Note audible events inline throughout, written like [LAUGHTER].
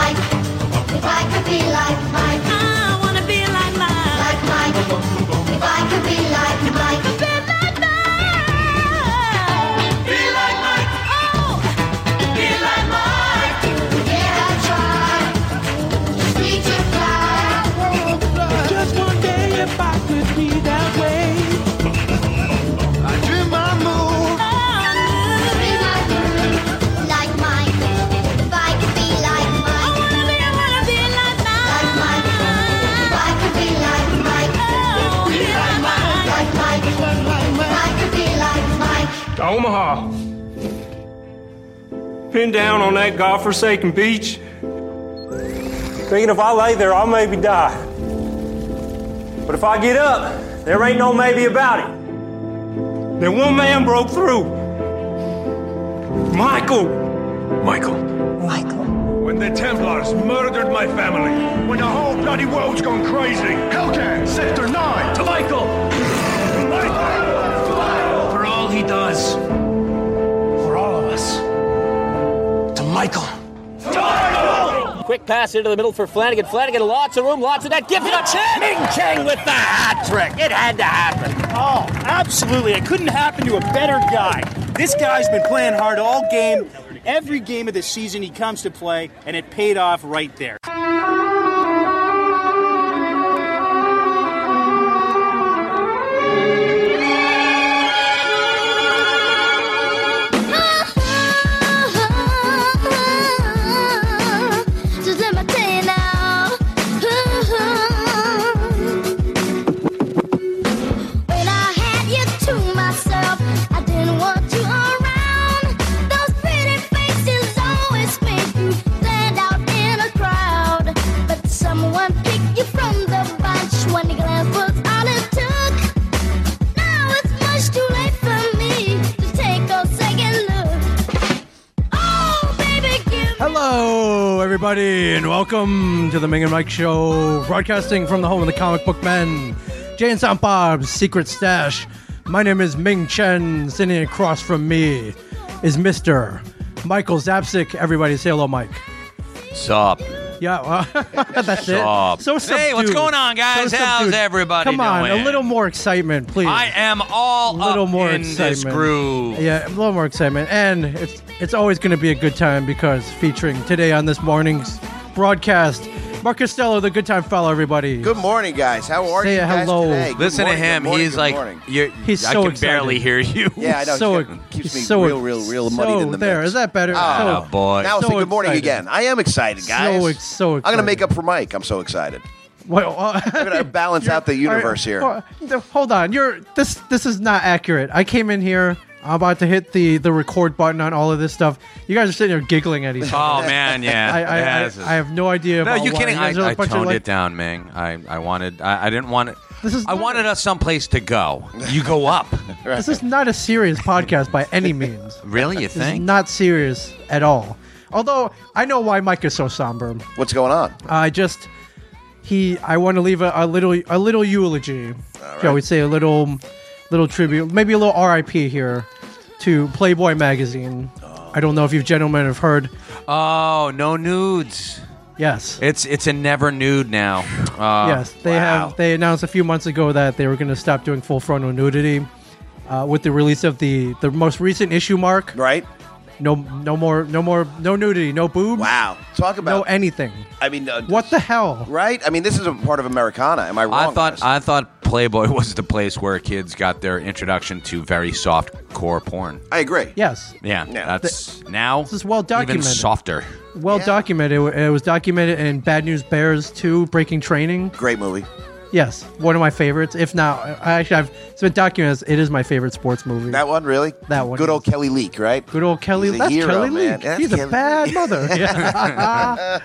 Oh, pinned down on that godforsaken beach, thinking if I lay there, I'll maybe die. But if I get up, there ain't no maybe about it. Then one man broke through. Michael. Michael, Michael. When the Templars murdered my family. When the whole bloody world's gone crazy. Hellcat, Sector 9. To Michael! Michael! For all he does. For all of us. To Michael. Quick pass into the middle for Flanagan. Flanagan, lots of room, lots of net. Give it a chance. Ming Chang with the hat trick. It had to happen. Oh, absolutely. It couldn't happen to a better guy. This guy's been playing hard all game. Every game of the season he comes to play, and it paid off right there. Someone picked you from the bunch when the glance was all it took. Now it's much too late for me to take a second look. Oh, baby, give me Hello, everybody, and welcome to the Ming and Mike Show, broadcasting from the home of the comic book men, Jay and Silent Bob's secret stash. My name is Ming Chen. Sitting across from me is Mister Michael Zapsik. Everybody, say hello, Mike. sup? Yeah, well, [LAUGHS] that's Sup? it. So Hey, what's subdued. going on, guys? How's subdued. everybody Come on, doing? a little more excitement, please. I am all a little up more in excitement. this groove. Yeah, a little more excitement, and it's it's always going to be a good time because featuring today on this morning's broadcast, Mark Costello, the Good Time Fellow, everybody. Good morning, guys. How are Say you guys hello. today? Good Listen morning, to good him. morning, he's good like, morning. you're, He's I so can excited. barely hear you. yeah, I know. so he's got- keeps me he's so real, real, real so muddied in the there. mix. Is that better? Ah, so, boy. Now I'll so say good morning excited. again. I am excited, guys. ex- so I'm gonna excited. make up for Mike. I'm so excited. Well, uh, [LAUGHS] I'm gonna balance out the universe here. All right, uh, Hold on, you're this. This is not accurate. I came in here. I'm about to hit the the record button on all of this stuff. You guys are sitting there giggling at each other. Oh man, yeah. [LAUGHS] I, I, Yeah, I, this is- I have no idea. No, about you why. kidding? guys are I, a I bunch of, toned like, it down, Ming. I, I wanted. I, I didn't want it. This is I not- wanted us someplace to go. You go up. [LAUGHS] This is not a serious podcast by any means. really? You This is think? not serious at all. Although I know why Mike is so somber. What's going on? I just he I want to leave a, a little a little eulogy, shall we say, a little little tribute, maybe a little R.I.P. here to Playboy magazine. I don't know if you gentlemen have heard. oh, no nudes. Yes, It's it's a never nude now. Uh, yes, they wow. have. They announced a few months ago that they were going to stop doing full frontal nudity. Uh, with the release of the the most recent issue, Mark, Right? no no more no more no nudity, no boobs, Wow. Talk no about. anything. I mean, uh, What the hell? Right? I mean, this is a part of Americana. Am I wrong? I thought guys? I thought Playboy [LAUGHS] was the place where kids got their introduction to very soft core porn. I agree. Yes. Yeah, Yeah. that's now is well Even documented. softer. Well Yeah. documented. It, it was documented in Bad News Bears 2, Breaking Training. Great movie. Yes, one of my favorites. If not, I actually, I've, it's been documented. as It is my favorite sports movie. That one, really? That one, Good old yes. Kelly Leak, right? Good old Kelly. He's a That's hero, Kelly man. Leak. That's He's a Kelly [LAUGHS] bad Leak. mother. Yeah.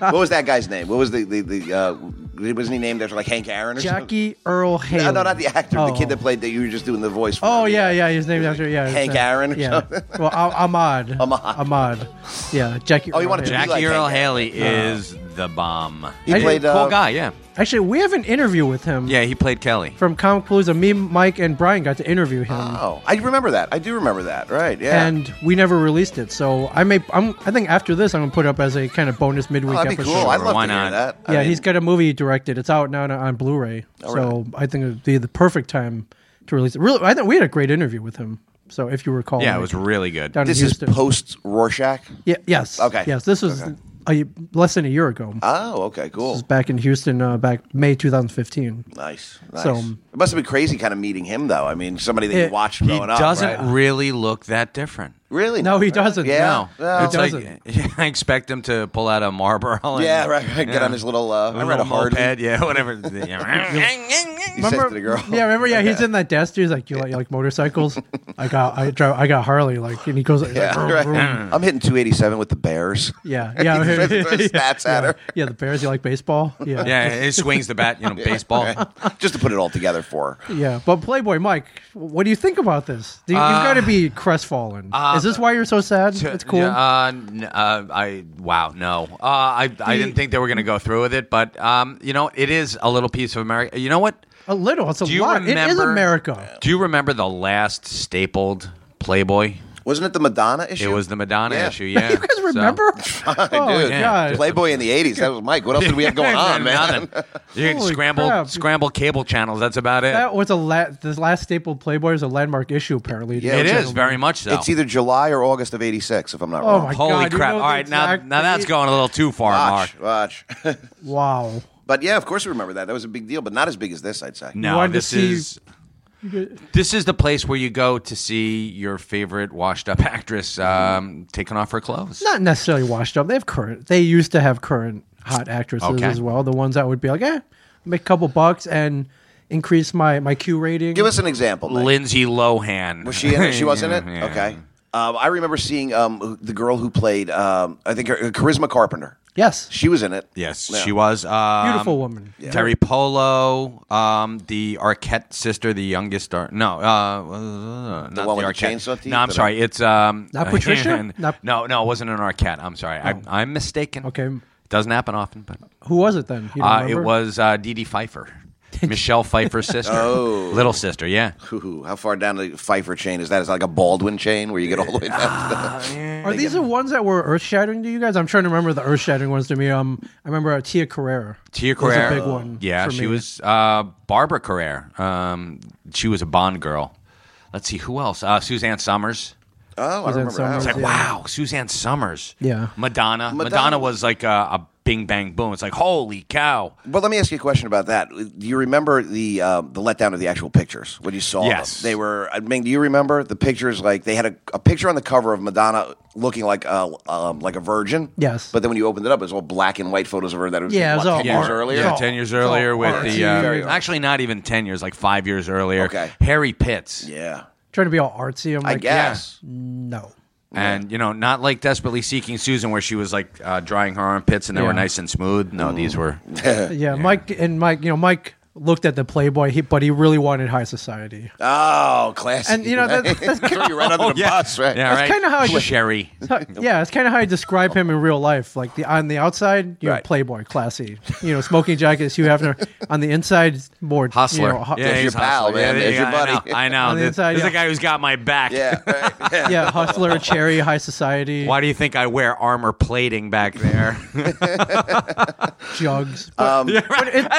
What was that guy's name? What was the the, the uh, wasn't he named after like Hank Aaron or something? [LAUGHS] Jackie Earl Haley. No, no, not the actor. The Oh. kid that played that you were just doing the voice. for. Oh him. yeah, yeah. His name It was after like yeah. Hank it's, uh, Aaron or yeah. something. Well, Al- Ahmad. [LAUGHS] Ahmad. Ahmad. Yeah, Jackie. Oh, you Earl wanted to Haley. be Jackie like Earl Hank Uh, Haley is the bomb. He I played cool uh, guy. Yeah, Actually, we have an interview with him. yeah. He played Kelly. From Comic Palooza, me, Mike, and Brian got to interview him. Oh, I remember that. I do remember that. Right? Yeah. and we never released it. So I may, I'm, I think after this, I'm gonna put up as a kind of bonus oh, midweek that'd be episode. cool. I'd love Why to not? hear that. I yeah, mean, he's got a movie he directed. It's out now on, on Blu-ray. so I think it'd be the perfect time to release it. Really, I think we had a great interview with him. So if you recall, Yeah, it like, was really good. down in This is Houston. post Rorschach. yeah, yes. Okay. Yes, this was a, less than a year ago. Oh, okay, This is cool. back in Houston, uh, back May 2015. Nice. nice. So- it must have been crazy, kind of meeting him though. I mean, somebody that Yeah. you watched He growing up. doesn't right? really look that different. really. No, he doesn't. Yeah. No. Well, it's He [LAUGHS] like I expect him to pull out a Marlboro. And, yeah, right. right. Get on his little. Uh, I read a [LAUGHS] [LAUGHS] little hard. moped. Yeah, whatever. He says Remember- to the girl. [LAUGHS] Yeah, remember? Yeah, he's in that desk. He's like, you, like, you [LAUGHS] like motorcycles? I got, I drive, I got Harley. Like, and he goes, like, Yeah, vroom, right. vroom. I'm hitting 287 with the Bears. yeah, yeah. [LAUGHS] He throws- [LAUGHS] throws stats yeah. at her. Yeah, the Bears. You like [LAUGHS] baseball? Yeah, Yeah, it swings the bat, you know, baseball. [LAUGHS] Just to put it all together for her. yeah. But Playboy Mike, what do you think about this? Do you, Uh, you've got to be crestfallen. Is this why you're so sad? It's cool. Yeah, Uh, n- uh, I wow, no, uh, I I didn't think they were going to go through with it, but um, you know, it is a little piece of America. You know what? a little. It's a Do you lot. it is remember- America. Do you remember the last stapled Playboy? Wasn't it the Madonna issue? It was the Madonna Yeah. issue. [LAUGHS] Yeah, You guys So- remember? oh dude. god. Playboy in the 80s. That was Mike. What else did we have going [LAUGHS] on, man? Nothing. You can Holy scramble crap. scramble cable channels. That's about it. That was a la- the last staple Playboy was a landmark issue apparently. Yeah, it which is very much so. It's either July or August of 86, if I'm not Oh wrong. my god. Holy you know crap! All the right, now exact now that's date? going a little too far, Mark. Watch, watch. Wow. but yeah, of course we remember that. That was a big deal, but not as big as this, I'd say. You No, wanted to this see- is this is the place where you go to see your favorite washed-up actress um, taking off her clothes. Not necessarily washed up. They have current. They used to have current hot actresses Okay. as well. The ones that would be like, eh, make a couple bucks and increase my my Q rating. Give us an example. Mike. Lindsay Lohan. Was she in [LAUGHS] it? She was in it? Yeah. Okay. Um, I remember seeing um, who- the girl who played, um, I think, her, Charisma Carpenter. yes, She was in it. Yes, Yeah. she was. Um, beautiful woman. Terry Polo, um, the Arquette sister, the youngest. Ar- no, uh, not the one with the Arquette. chainsaw teeth? No, I'm sorry. It's um, Not [LAUGHS] Patricia? Not- Oh. no, no, it wasn't an Arquette. I'm sorry. I, I'm mistaken. Okay. doesn't happen often, but Who was it then? You don't Uh, it remember? was uh, Dee [LAUGHS] Dee Pfeiffer, Michelle Pfeiffer's sister, Oh. little sister. Yeah, Ooh, how far down the Pfeiffer chain is that? Is that like a Baldwin chain where you get all the way Ah. down? to the- Are these the ones that were earth shattering to you guys? I'm trying to remember the earth shattering ones to me. Um, I remember uh, Tia Carrera. Tia was Carrere. a big one. Yeah, for she me. was uh, Barbara Carrere. Um, she was a Bond girl. Let's see who else. Uh, Suzanne Summers. [LAUGHS] oh, I Was that remember somewhere? that. It's like Yeah. wow, Suzanne Summers. Yeah. Madonna. Madonna, Madonna. was like a, a Bing Bang Boom. It's like holy cow. But let me ask you a question about that. Do you remember the um, the letdown of the actual pictures when you saw them? Yes. They were. I mean, do you remember the pictures? Like they had a, a picture on the cover of Madonna looking like a um, like a virgin. Yes. But then when you opened it up, it was all black and white photos of her that was Yeah, it was what, all ten years art. earlier. Yeah. Yeah, ten years earlier Oh, with oh, the yeah. Very uh, old. actually not even ten years, like five years earlier. Okay. Harry Pitts. Yeah. trying to be all artsy. I'm I like, guess. no. And you know, not like desperately seeking Susan, where she was like uh, drying her armpits and they Yeah. were nice and smooth. No, Mm. [LAUGHS] these were Yeah, Mike and Mike. You know, Mike looked at the Playboy, he, but he really wanted high society. Oh, classic. And, you know, that- [LAUGHS] [LAUGHS] that's- threw you right under the bus, right? Oh, yeah, right. kinda how I- Sherry. So- [LAUGHS] yeah, it's kind of how you describe him in real life. Like the on the outside, you know, Right. playboy, classy, you know, smoking jackets, Hugh Hefner. [LAUGHS] On the inside, more Hustler. You know, hu- yeah, yeah, he's- your pal, man. There's your buddy. I know. I know. On the This, inside, this is yeah. the guy who's got my back. Yeah. [LAUGHS] right. hustler, cherry, high society, Why do you think I wear armor plating back [LAUGHS] there? jugs. But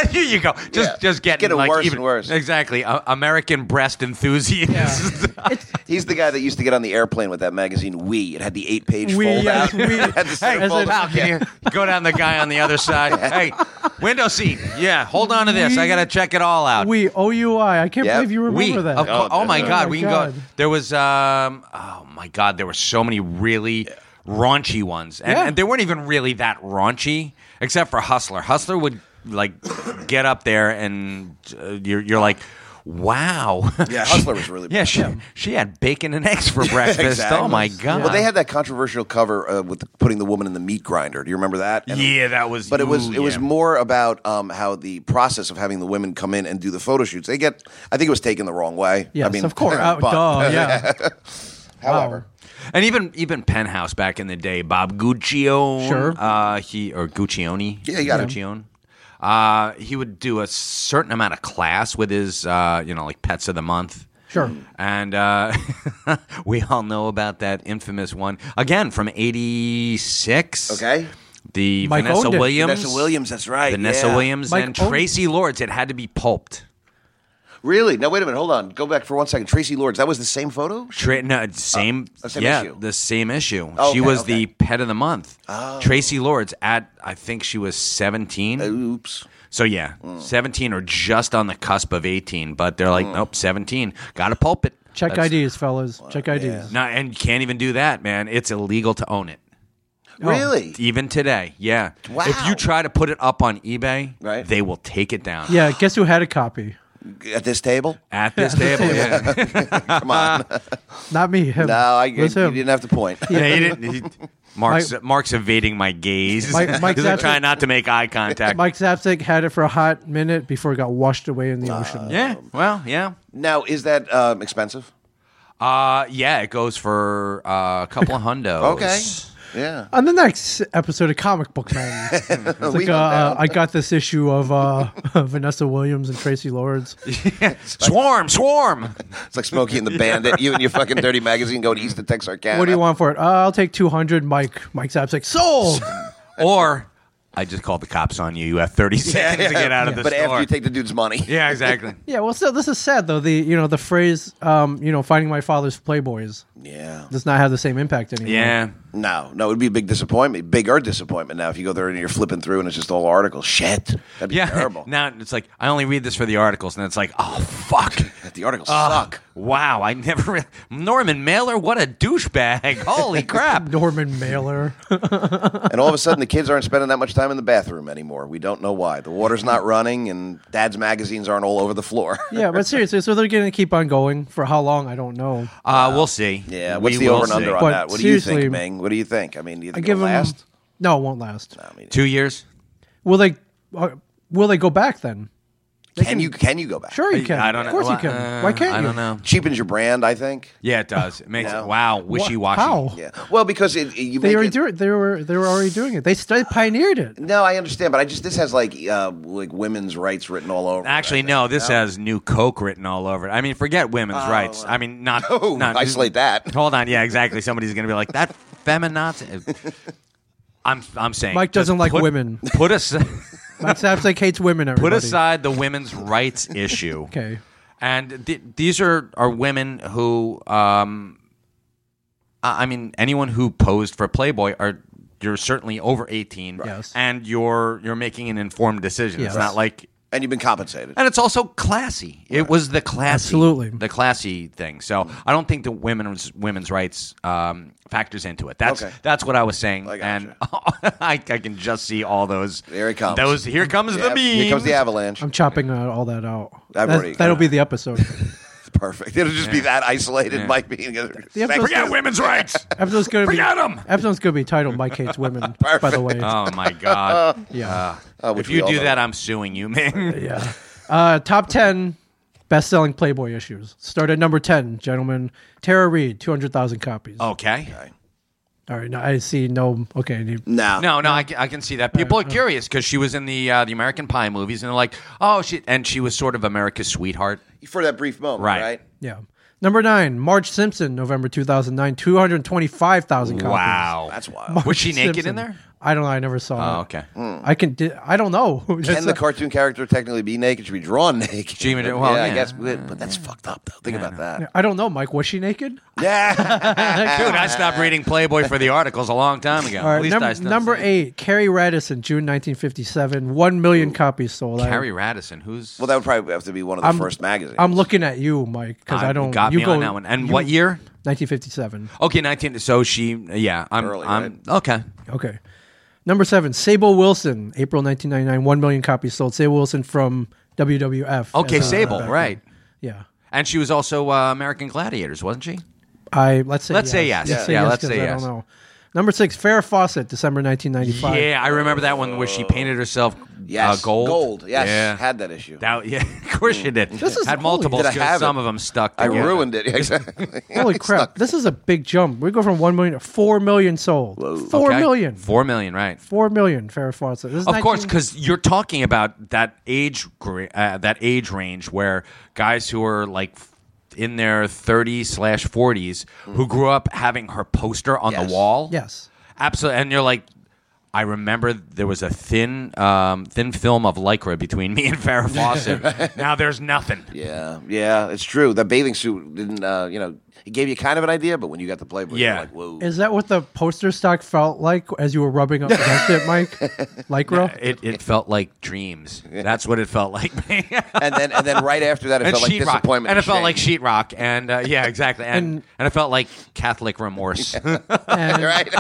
[LAUGHS] Here you go. Just, Yeah. just getting, Getting like worse even and worse. Exactly. A- American breast enthusiast. [LAUGHS] He's the guy that used to get on the airplane with that magazine. We. It had the eight page We, fold yes, out. we. [LAUGHS] It had the center As fold in- out. Wow, can Yeah. you go down the guy on the other [LAUGHS] side? Hey, window seat. Yeah, hold on to this. I gotta check it all out. we OUI. I can't Yeah, believe you remember Uh, we, that. Of cour- oh, my Oh God, my we God. can go. There was, um, oh my God, there were so many really raunchy ones, and, Yeah. and they weren't even really that raunchy, except for Hustler. Hustler would like get up there, and uh, you're you're like. Wow. Yeah, Hustler was really [LAUGHS] Yeah, she, she had bacon and eggs [LAUGHS] for breakfast. Oh my god. Well, they had that controversial cover uh, with putting the woman in the meat grinder. Do you remember that? And- Yeah, that was- But it was ooh, it was yeah. more about um, how the process of having the women come in and do the photo shoots. They get, I think it was taken the wrong way. Yes, I mean, of course. [LAUGHS] Oh, but- duh, yeah. [LAUGHS] However, And even even Penthouse back in the day, Bob Guccione, Sure. uh, he or Guccione, Yeah, you got it. Guccione. Uh, he would do a certain amount of class with his, uh, you know, like pets of the month. Sure. And uh, [LAUGHS] we all know about that infamous one again from '86. okay. the Mike Vanessa owned it. Williams, Vanessa Williams, that's right. Vanessa yeah. Williams, Mike and owned- Tracy Lords. It had to be pulped. Really? No, wait a minute. Hold on. Go back for one second. Tracy Lords. That was the same photo. Tra- no, it's same, uh, same yeah, issue. the same issue. Oh, she okay, was okay. Oh. the pet of the month. Tracy Lords at I think she was seventeen. Oops. So yeah, Mm. seventeen or just on the cusp of eighteen. But they're like, nope, seventeen. Got to pulp it. Check That's- IDs, fellas. Check IDs. No, and you can't even do that, man. It's illegal to own it Oh. Really? even today. Yeah. If Wow. you try to put it up on eBay, Right. they will take it down. Yeah, guess who had a copy? At this table? [LAUGHS] At this table, [LAUGHS] yeah. Come on. Not me. Him. No, I, you It was him. didn't have to point. Yeah. Yeah, he didn't. he- Mark's Mark's evading my gaze. Mike- Mike's [LAUGHS] He's like actually- trying not to make eye contact. Mike Zapsik had it for a hot minute before it got washed away in the ocean. yeah. Um, Well, yeah. Now, is that um, expensive? Uh yeah, it goes for uh, a couple of hundos. Okay. [LAUGHS] Yeah. On the next episode of Comic [LAUGHS] Book Man, it's We like, uh, go uh, down. I got this issue of uh, [LAUGHS] Vanessa Williams and Tracy Lords. [LAUGHS] [LAUGHS] Swarm, swarm. It's like Smokey and the Bandit. You and your [LAUGHS] fucking dirty magazine going east to Texarkana. What do you want for it? Uh, I'll take 200, Mike. Mike Zapsik. [LAUGHS] Sold! or I just called the cops on you. You have 30 seconds to get out of the But store. after you take the dude's money. [LAUGHS] yeah, exactly. yeah, well, so this is sad, though. The, you know, the phrase, um, you know, finding my father's Playboys Yeah. does not have the same impact anymore. Yeah. No, no, it would be a big disappointment, bigger disappointment now if you go there and you're flipping through and it's just all articles. Shit, that'd be Yeah. [LAUGHS] terrible. Now it's like I only read this for the articles and it's like, "Oh fuck." the articles [LAUGHS] Oh, suck. Wow, I never re- Norman Mailer, what a douchebag. [LAUGHS] Holy crap. Norman Mailer. And all of a sudden, the kids aren't spending that much time in the bathroom anymore. We don't know why. The water's not running, and Dad's magazines aren't all over the [LAUGHS] floor. [LAUGHS] yeah, but seriously, so they're going to keep on going for how long? I don't know. Uh, we'll see. Yeah, We what's the will over and under see. on But that? What do you think, seriously- Ming? What do you think? I mean, do you I think give it'll them last? No, it won't last. I mean, Two years? Will they? Uh, will they go back then? can, you can you go back? Sure, you can. I don't know. Of course, you Well, can. uh, Why can't I you? don't know. Cheapens your brand, I think. Yeah, it does. It makes No. wow, Wha- wishy washy. How? Yeah. Well, because it, it- you They make already it- do it. They were they were already doing it. They st- pioneered it. No, I understand, but I just this has like uh, like women's rights written all over. it, I Actually, think. no. This has new Coke written all over it. I mean, forget women's rights. I [LAUGHS] mean, not, Oh, not isolate that. [LAUGHS] Hold on. Yeah, exactly. Somebody's gonna be like that [LAUGHS] feminazi. I'm I'm saying Mike just doesn't like put- women. [LAUGHS] Put us Mike Zapsik hates women. Everybody. put aside the women's [LAUGHS] rights issue. Okay. And th- these are are women who, um, I I mean, anyone who posed for Playboy are you're certainly over eighteen, Yes. and you're you're making an informed decision. Yes. It's not like and you've been compensated. and it's also classy. It was the classy, Absolutely. the classy thing. So I don't think the women's women's rights um, factors into it. That's Okay. that's what I was saying, I gotcha. and [LAUGHS] I, I can just see all those. There it comes. Those here comes the Yeah, beam. Here comes the avalanche. I'm chopping uh, all that out. I've That- already- that'll be the episode. Perfect. It'll just be that isolated. Mike being The episode's Forget women's rights. [LAUGHS] Episode's gonna be Forget 'em! episode's gonna be titled "Mike Hates Women." [LAUGHS] by the way, oh my god. [LAUGHS] yeah, Uh, which If we you all do know. that, I'm suing you, man. [LAUGHS] yeah. Uh, top ten best-selling Playboy issues. Start at number ten, gentlemen. Tara Reid, two hundred thousand copies. Okay. All right, now I see no. Okay, any- no, No, no, I, ca- I can see that. People are curious because she was in the uh, the American Pie movies, and they're like, oh, she and she was sort of America's sweetheart. for that brief moment, right? Right. yeah. Number nine, Marge Simpson, November two thousand nine, two hundred twenty-five thousand copies. Wow, That's wild. Marge Was she naked in Simpson. there? I don't know. I never saw. Oh, it. [LAUGHS] okay. I can. Di- I don't know. Can the cartoon character technically be naked? Should be drawn [LAUGHS] naked. She even- well, yeah, I yeah. guess, but, but that's fucked up though. Think about that. I don't know, Mike. Was she naked? [LAUGHS] Yeah, Dude, I stopped reading Playboy for the articles a long time ago. All At right, least num- I still number see it. eight, Carrie Radisson, June 1957, one million copies sold. I- Carrie Radisson, who's well, that would probably have to be one of the first magazines. I'm looking at you, Mike, because Ah, I you don't. got you me go, on that one. And what year? 1957. Okay, nineteen. So she, yeah, I'm, Early, I'm okay. Okay. Number seven, Sable Wilson, April 1999, one million copies sold. Sable Wilson from WWF. Okay, as a- Sable, right? Yeah. And she was also uh, American Gladiators, wasn't she? I let's say Let's yes. say yes. Let's say Yeah, yes, let's 'cause say I yes. don't know. Number six, Farrah Fawcett, December 1995. Yeah, I remember that one where she painted herself yes, uh, gold. gold. Yes, Yeah. had that issue. That, yeah, [LAUGHS] of course you did. This is had holy- multiples. Did I 'cause have it? some of them stuck. I together. ruined [LAUGHS] it. Exactly. Holy crap! This is a big jump. We go from one million to four million sold. Four Okay? million. Four million, right? Four million. Farrah Fawcett. This is Of course, 19 because you're talking about that age gr- uh, that age range where guys who are like f- in their 30s slash 40s who grew up having her poster on Yes. the wall. Mm. Yes. Absolutely. And you're like, I remember there was a thin, um, thin film of lycra between [LAUGHS] me [LAUGHS] and Farrah Fawcett. now there's nothing. yeah, yeah, it's true. The bathing suit didn't. Uh, you know, it gave you kind of an idea, but when you got the Playboy, Yeah. you're like, whoa. Is that what the poster stock felt like as you were rubbing up against it, [LAUGHS] Mike? Lycra? It, it felt like dreams. That's what it felt like. [LAUGHS] and and then, and then right after that, it felt like sheetrock. disappointment. And it felt shame. like sheetrock. And uh, yeah, exactly. And, and it felt like [LAUGHS] Catholic remorse. And, [LAUGHS] right.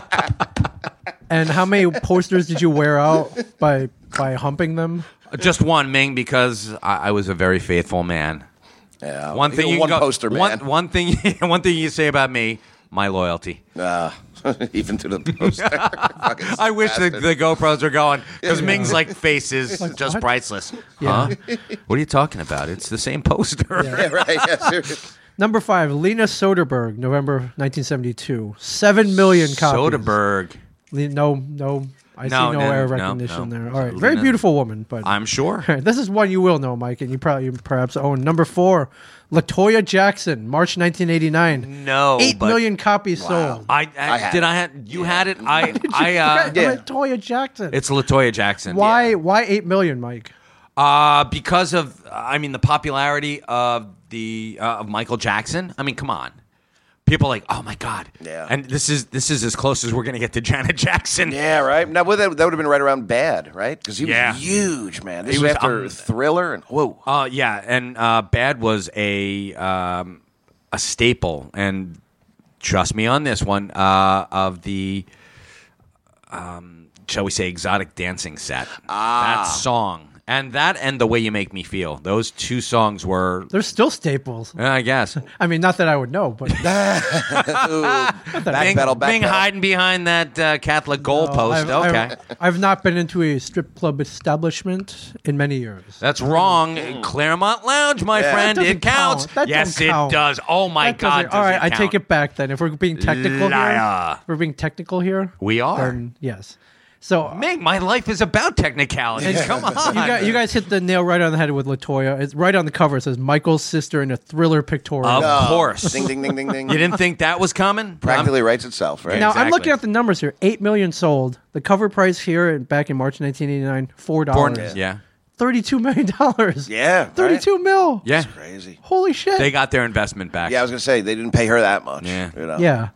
and how many posters did you wear out by by humping them? [LAUGHS] Just one, Ming, because I, I was a very faithful man. Yeah, [LAUGHS] one thing Oh, you're you one go- poster One, man. one thing, [LAUGHS] one thing you say about me, my loyalty. Uh, [LAUGHS] even to the poster. [LAUGHS] I wish the, the GoPros were going because Yeah. Ming's like face is Like, just what? priceless. Yeah. Huh? What are you talking about? It's the same poster. Yeah, right. [LAUGHS] Yeah, seriously. Number five, Lena Soderberg, November 1972. Seven million copies. Soderbergh. Le- no, no. I No, see no no, air no, recognition no. there. All right. Very Lena- beautiful woman, but. I'm sure. [LAUGHS] All right, this is one you will know, Mike, and you probably you perhaps own. Number four, Latoya Jackson, March 1989. No, eight but- million copies sold. I, I, had did. it. I had you [LAUGHS] had it. I I uh, Latoya Jackson. It's Latoya Jackson. why? Why eight million, Mike? Uh, because of I mean the popularity of the uh, of Michael Jackson. I mean, come on, people are like oh my god. Yeah. And this is this is as close as we're gonna get to Janet Jackson. Yeah, right. Now would that, that would have been right around Bad, right? Because he was Yeah. huge, man. This He was, was after um, Thriller and [LAUGHS] whoa. Uh, yeah, and uh, Bad was a um, a staple, and trust me on this one uh, of the um, shall we say exotic dancing set. Ah. That song and that and the way you make me feel. Those two songs were, They're still staples. I guess. I mean, not that I would know, [LAUGHS] [LAUGHS] but Bing, Backpedal, Bing backpedal. hiding behind that uh, Catholic goalpost. I've, I've- okay. I've not been into a strip club establishment in many years. that's wrong. Claremont Lounge, my Yeah. friend. That doesn't It counts. count. That yes, don't count. it does. Oh, my That God. doesn't- all does right, I take count. it back then. If we're being technical Liar. here, if we're being technical here. We are. Then yes. So Meg, my life is about technicalities. Come on. You guys, you guys hit the nail right on the head with Latoya. It's right on the cover. It says Michael's sister in a thriller pictorial. Of course. Oh, Ding, ding, ding, ding, ding. You didn't think that [LAUGHS] was coming? Practically writes itself, right? Now I'm looking at the numbers here. Eight million sold. The cover price here and back in March 1989, four dollars. yeah. Thirty-two million dollars. Yeah, right. Thirty-two mil. Yeah. crazy. Holy shit. They got their investment back. Yeah, I was gonna say they didn't pay her that much. Yeah. Oh. Yeah.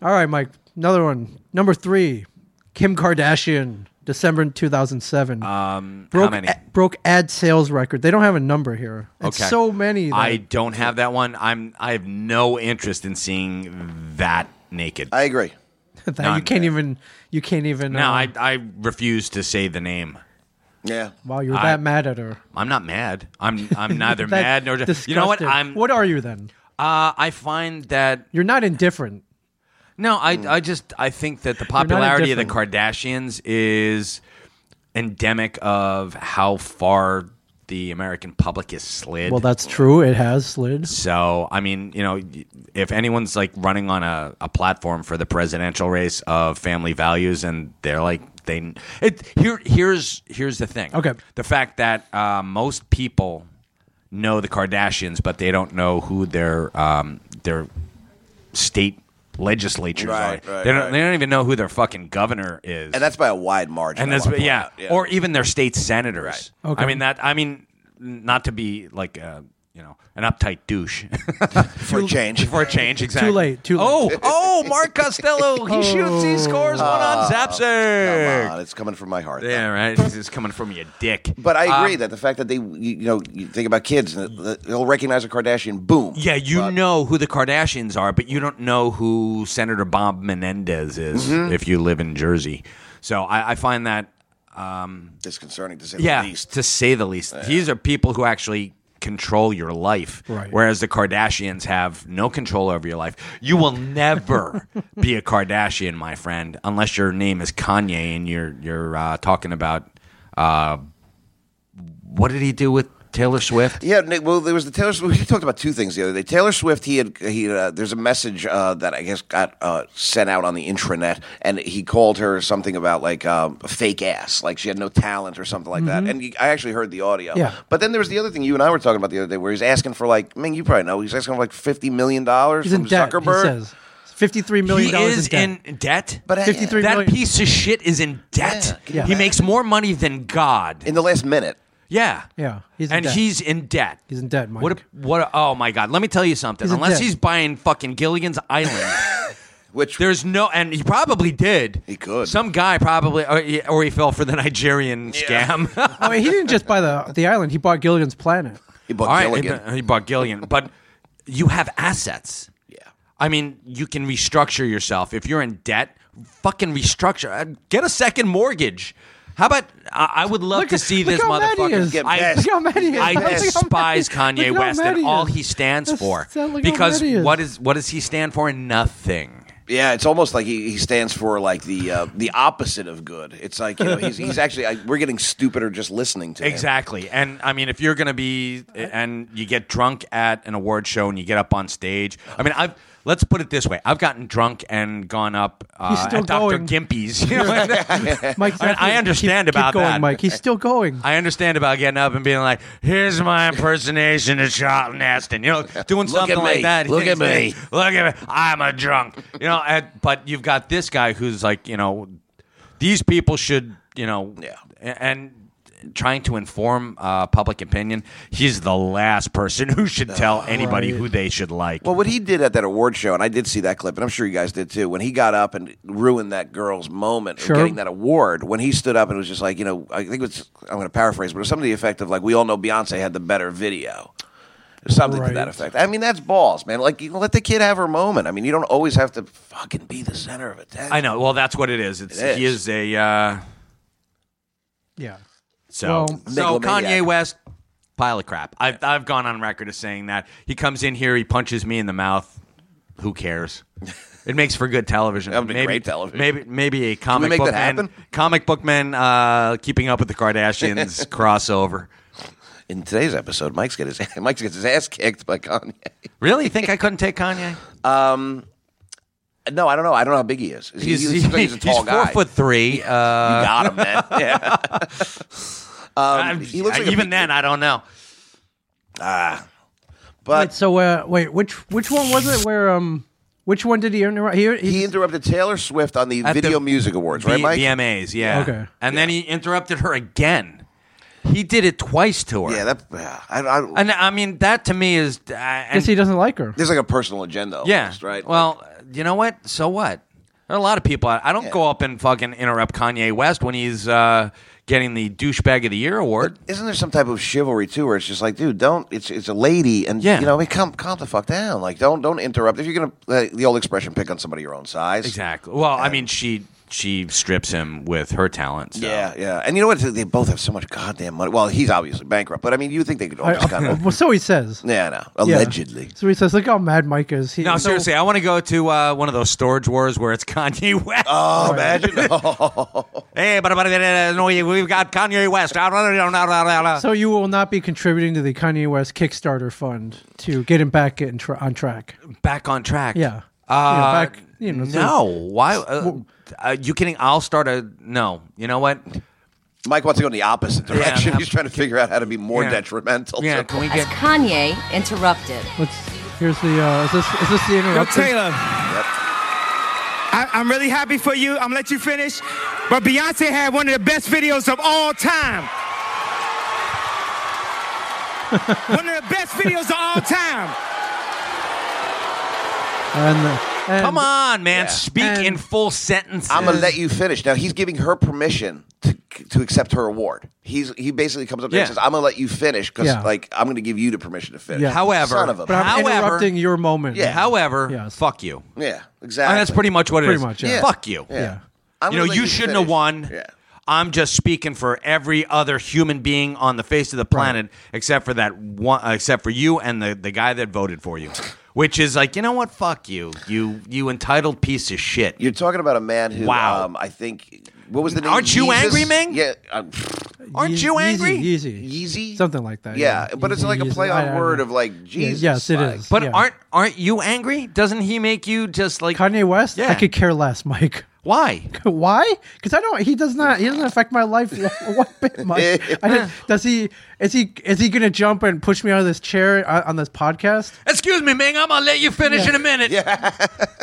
All right, Mike. Another one. Number three, Kim Kardashian, December 2007. Um, broke, Uh, how many? a- broke ad sales record. They don't have a number here. It's so many. that- I don't have that one. I'm I have no interest in seeing that naked. I agree. that you none. can't even. You can't even. No, uh, I I refuse to say the name. Yeah. Wow, you're I- that mad at her. I'm not mad. I'm [LAUGHS] I'm neither That- mad nor you know what disgusted. I'm. What are you then? Uh, I find that You're not indifferent. no, I I just I think that the Mm. not popularity of the Kardashians is endemic of how far the American public has slid. Well, that's true. It has slid. So, I mean, you know, if anyone's like running on a, a platform for the presidential race of family values and they're like, they, it, here, here's, here's the thing. Okay. The fact that uh, most people know the Kardashians, but they don't know who their, um, their state legislatures Right, are. right, they, don't, right. they don't even know who their fucking governor is. And that's by a wide margin. And I that's wanna point yeah. out. or even their state senators. Okay. I mean that. I mean, not to be like uh, you know an uptight douche [LAUGHS] for a change. For a change, exactly. Too late. Too late. Oh, oh, Mark Costello. He shoots. He scores one on Zapser. Oh, Come on, it's coming from my heart. Yeah, right. This is coming from your dick. But I agree Um, that the fact that they, you, you know, you think about kids, and th- they'll recognize a Kardashian. Boom. yeah, you know who the Kardashians are, but you don't know who Senator Bob Menendez is Mhm. if you live in Jersey. So I, I find that um, Disconcerting to say yeah, the least. to say the least. These are people who actually control your life, Right. whereas the Kardashians have no control over your life. You [LAUGHS] will never be a Kardashian, my friend, unless your name is Kanye and you're you're uh, talking about uh, what did he do with Taylor Swift? Yeah, Nick, well, there was the Taylor Swift. [LAUGHS] We talked about two things the other day. Taylor Swift, he had he. Uh, there's a message uh, that I guess got uh, sent out on the intranet, and he called her something about like um, fake ass, like she had no talent or something like that. Mhm. And you, I actually heard the audio. Yeah. But then there was the other thing you and I were talking about the other day, where he's asking for like, man, you probably know, he's asking for like fifty million dollars He's from in debt. He Zuckerberg. says fifty-three million He dollars is in in debt. debt. But I- $53 that million. piece of shit is in debt. you He makes more money than God in the last minute. Yeah, Yeah, he's in and debt. he's in debt. He's in debt, Mike. What? A, what? A, oh my God! Let me tell you something. He's in Unless debt. he's buying fucking Gilligan's Island, which there's no, and he probably did. He could. Some guy probably, or he, or he fell for the Nigerian scam. [LAUGHS] I mean, he didn't just buy the the island. He bought Gilligan's Planet. He bought All right, uh, Gilligan. He, he bought Gilligan, but you have assets. Yeah. I mean, you can restructure yourself if you're in debt. Fucking restructure. Uh, Get a second mortgage. How about I, I would love to see look this how mad he is. motherfucker. Get I, pissed. Look how mad he is. I Look how mad- despise Kanye look how West mad and he all is. he stands That's- for. that- look how because mad he is. what is what does he stand for? Nothing. Yeah, it's almost like he, he stands for like the uh, the opposite of good. It's like you know he's, he's actually like, we're getting stupider just listening to him. Exactly. And I mean, if you're going to be, and you get drunk at an award show and you get up on stage, I mean, I've, let's put it this way I've gotten drunk and gone up He's uh, still at Dr. going. [LAUGHS] Gimpy's. [LAUGHS] You know, and- Mike, I, I Keep- understand keep about going, that. Mike. He's still going. I understand about getting up and being like, "Here's my impersonation of Charlton [LAUGHS] Heston," you know, doing Look something at like me. that. Look at me. Look at me. I'm a drunk, you know. And, but you've got this guy who's like, you know, these people should, you know, Yeah. a- and trying to inform uh, public opinion. He's the last person who should tell anybody who they should like. Well, what he did at that award show, and I did see that clip, and I'm sure you guys did too, when he got up and ruined that girl's moment Sure. of getting that award, when he stood up and was just like, you know, I think it was, I'm going to paraphrase, but it was something to the effect of like, we all know Beyonce had the better video. Or Something to Right. that effect. I mean, that's balls, man. Like, you let the kid have her moment. I mean, you don't always have to fucking be the center of attention. I know. Well, that's what it is. It's It he is. is a uh, Yeah. So, Well- so Megalomaniac. Kanye West, pile of crap. I've, I've gone on record as saying that. He comes in here, he punches me in the mouth. Who cares? It makes for [LAUGHS] good television. That would be great television. Maybe maybe a comic make book that man, happen? comic book man, uh, keeping up with the [LAUGHS] Kardashians crossover. In today's episode, Mike's get his [LAUGHS] Mike's gets his ass kicked by Kanye. Really You think I couldn't take Kanye? No, I don't know. I don't know how big he is. He- he looks like he's a tall [LAUGHS] he's guy. four foot [LAUGHS] You three. Uh, got him, man. Yeah. [LAUGHS] Um, I'm- he looks like a even big- then, I don't know. Wait, so uh, wait, which which one was it? Where um, which one did he interrupt? He, he, He interrupted Taylor Swift on the At the Video Music Awards, right, V- Mike? VMAs, yeah. Okay. And then he interrupted her again. He did it twice to her. Yeah, that. yeah. I, I, And I mean, that to me is. Uh, and, guess he doesn't like her. there's like a personal agenda, yeah. almost, right? Well, you know what? So what? There are a lot of people. I, I don't Yeah. go up and fucking interrupt Kanye West when he's uh, getting the douchebag of the year award. Like, isn't there some type of chivalry too, where it's just like, dude, don't. It's it's a lady, and Yeah. you know, I mean, calm calm the fuck down. Like, don't don't interrupt. If you're gonna like, the old expression, pick on somebody your own size. Exactly. Well, I mean, she she strips him with her talent. So. Yeah, yeah. And you know what? They both have so much goddamn money. Well, he's obviously bankrupt, but I mean, you think they could all I- just [LAUGHS] kind [LAUGHS] of. well, so he says. Yeah, no. Yeah. Allegedly. So he says, "Look how mad Mike is." He, No, seriously, I want to go to uh, one of those storage wars where it's [LAUGHS] Kanye West. Oh, imagine. [LAUGHS] Hey, but, but, uh, no, we- we've got Kanye West. Ah, So you will not be contributing to the Kanye West Kickstarter fund to get him back in tra- on track. back on track. Yeah. Uh, You know, back- you know, so- no. Why? Uh, uh, you kidding? I'll start a. No. You know what? Mike wants to go in the opposite direction. Yeah. He's trying to figure out how to be more Yeah. detrimental. Yeah. to- Can we As get? Kanye interrupted. Let's. Here's the. Uh, is this is this the Yo, interruption? Taylor, Yep. I, I'm really happy for you. I'm gonna let you finish. But Beyonce had one of the best videos of all [LAUGHS] time. one of the best videos of all time. And, the- and- Come on, man. Yeah. Speak And- in full sentences. I'm gonna let you finish. Now he's giving her permission to to accept her award. He's he basically comes up to her and Yeah. says, "I'm gonna let you finish because Yeah. like I'm gonna give you the permission to finish." Yeah. However- son of a But I'm However- interrupting your moment. Yeah. However, Yes. fuck you. yeah, And exactly. that's pretty much what it Pretty is. much, yeah. Yeah. Fuck you. Yeah. Yeah. I'm gonna you know, let you shouldn't have finish. won. Yeah. I'm just speaking for every other human being on the face of the planet, except for that one, uh, except for you and the, the guy that voted for you, which is like, you know what? Fuck you, you you entitled piece of shit. You're talking about a man who, Wow. um, I think, what was the name? Aren't you Yeezus? angry, Ming? Yeah, um, pff, Aren't Ye- you angry? Yeezy, Yeezy. Yeezy, Something like that, Yeah, yeah. but it's Yeezy, like a Yeezy. play I- I on word know. of like Jesus. yes, it like, is. But Yeah. aren't aren't you angry? Doesn't he make you just like Kanye West. I Yeah. could care less, Mike. Why? Why? Because I don't. He does not. He doesn't affect my life [LAUGHS] one one bit. Mike. I [LAUGHS] don't- does he? Is he? Is he going to jump and push me out of this chair uh, on this podcast? Excuse me, Ming. I'm gonna let you finish in a minute.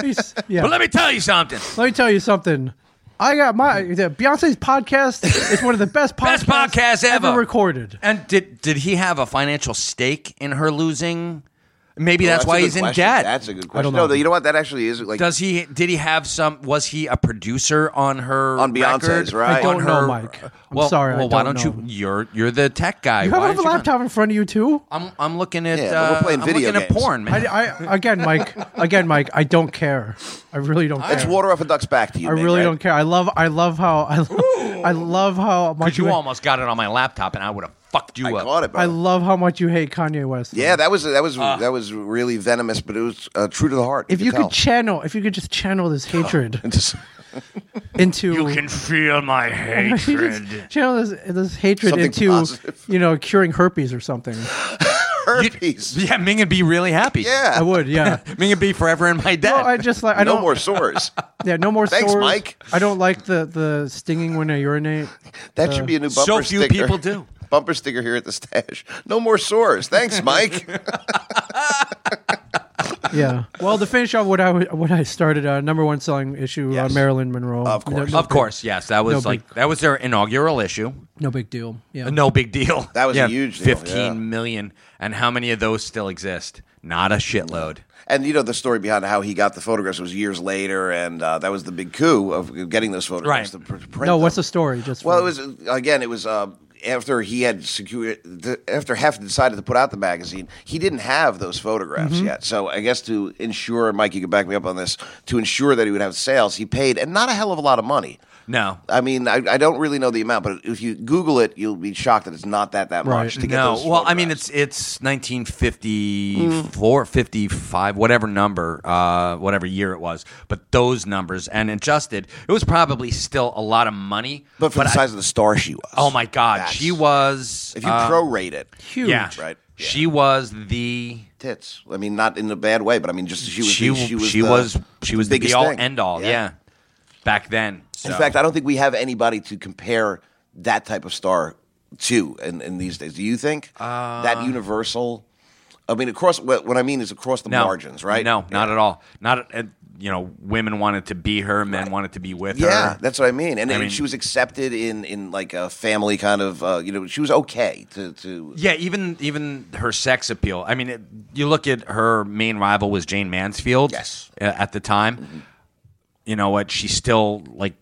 He's- yeah. But let me tell you something. Let me tell you something. I got my the Beyonce's podcast is one of the best podcasts [LAUGHS] Best podcast ever. recorded. And did did he have a financial stake in her losing? Maybe that's, a why good he's in question. debt. That's a good question. know. No, you know what? That actually is like Does he? Did he have some? Was he a producer on her On Beyonce's, record? right. I don't On know, Mike. I'm well, sorry, I Well, why don't don't know. you? You're you're the tech guy. You Why have a don't you laptop in front of you too. not- I'm I'm looking at. Yeah, but uh, we're playing I'm video looking at games. porn, I, man. I again, Mike. Again, Mike. I don't care. I really don't. That's care. water off a duck's back to you. I Ming, really right? don't care. I love. I love how I. Love, I love how much Because you hate- almost got it on my laptop, and I would have fucked you I up. caught it. I bro. love how much you hate Kanye West. Yeah, that was that was Ah. that was really venomous, but it was uh, true to the heart. If you could tell. channel, if you could just channel this hatred [LAUGHS] Just [LAUGHS] into [LAUGHS] feel my You just channel this, this hatred Something into positive. you know curing herpes or something. herpes. yeah, Ming would be really happy. yeah, I [LAUGHS] would, yeah. Ming would be forever in my debt. No, [LAUGHS] I just like I no don't more [LAUGHS] sores. Yeah, no more Thanks, sores. Mike. I don't like the the stinging when I urinate. That should be a new bumper so few sticker. people do. [LAUGHS] Bumper sticker here at the stash. No more sores. Thanks, [LAUGHS] Mike. [LAUGHS] Yeah. Well, to finish off what I what I started uh, number one selling issue uh, Yes. Marilyn Monroe. Of course. no, no of course, yes. That was No like big- that was their inaugural issue. no big deal. Yeah. No big deal. [LAUGHS] That was a huge deal, yeah. Fifteen million, and how many of those still exist? Not a shitload. and you know the story behind how he got the photographs was years later, and uh, that was the big coup of getting those photographs. Right. To pr- print No, what's them. the story? Just Well, it for- was again. It was uh, after he had secured. th- After Heft decided to put out the magazine, he didn't have those photographs Mm-hmm. yet. So I guess to ensure, Mike, you can back me up on this. To ensure that he would have sales, he paid and not a hell of a lot of money. No. I mean, I, I don't really know the amount, but if you Google it, you'll be shocked that it's not that that Right. much to get No, those. well, I mean, photographs. it's it's 1954, 55, whatever number, uh, whatever year it was. But those numbers and adjusted, it was probably still a lot of money. but for the I- size of the star she was. oh my god, That's- she was. If you uh, prorate it, huge. yeah, right, yeah. She was the. tits. I mean, not in a bad way, but I mean, just she was. She the- she was. she the, was she was the biggest be all thing. end all. Yeah. back then. In so. fact, I don't think we have anybody to compare that type of star to in, in these days. Do you think Uh. that universal? I mean, across what, what I mean is across the margins, right? No, not at all. Not uh, you know, women wanted to be her, men wanted to be with her. Yeah, that's what I mean. And, I and mean- she was accepted in in like a family kind of. Uh, you know, she was okay to to. Yeah, even even her sex appeal. I mean, it, you look at her main rival was Jane Mansfield. Yes. Mm-hmm. a- at the time, you know what? She's still like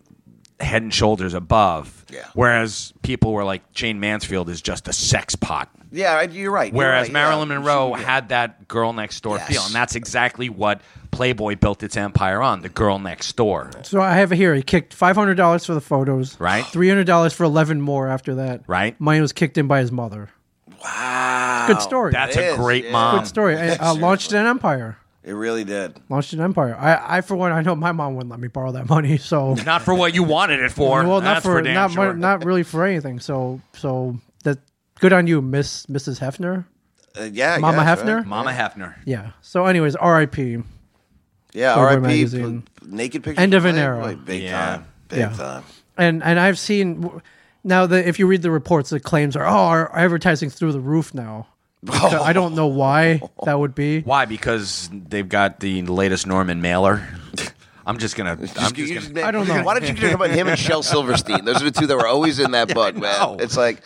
head and shoulders above. Yeah. Whereas people were like Jane Mansfield is just a sex pot. Yeah, I- you're right. you're Whereas right, Marilyn yeah. Monroe She- yeah. had that girl next door Yes. feel, and that's exactly what Playboy built its empire on: the girl next door. So I have it here. He kicked five hundred dollars for the photos. Right. Three hundred dollars for eleven more after that. Right. Mine was kicked in by his mother. Wow, Good story. Oh, That's It a is, great yeah. mom. Good story. I, uh, launched an empire. It really did. Launched an empire. I, I, for one, I know my mom wouldn't let me borrow that money. [LAUGHS] So Not for what you wanted it for. well, not that's for, damn not sure. mu- not really for anything. So so that good on you, Miss Mrs. Hefner. Uh, yeah, I Mama guess, Hefner? right? Mama Hefner. Yeah. So, anyways, R.I.P. Yeah, Playboy R.I.P. magazine. p- Naked pictures. End of an Playboy, era. Big Yeah. time. Big Yeah. time. And and I've seen now that if you read the reports, the claims are oh, our advertising's through the roof [LAUGHS] now. So I don't know why that would be. Why? Because they've got the latest Norman Mailer. [LAUGHS] I'm just gonna. I'm You just just gonna. made- I don't know. Why don't you talk about him and Shel Silverstein? Those are the two that were always in [LAUGHS] that book, man. know. It's like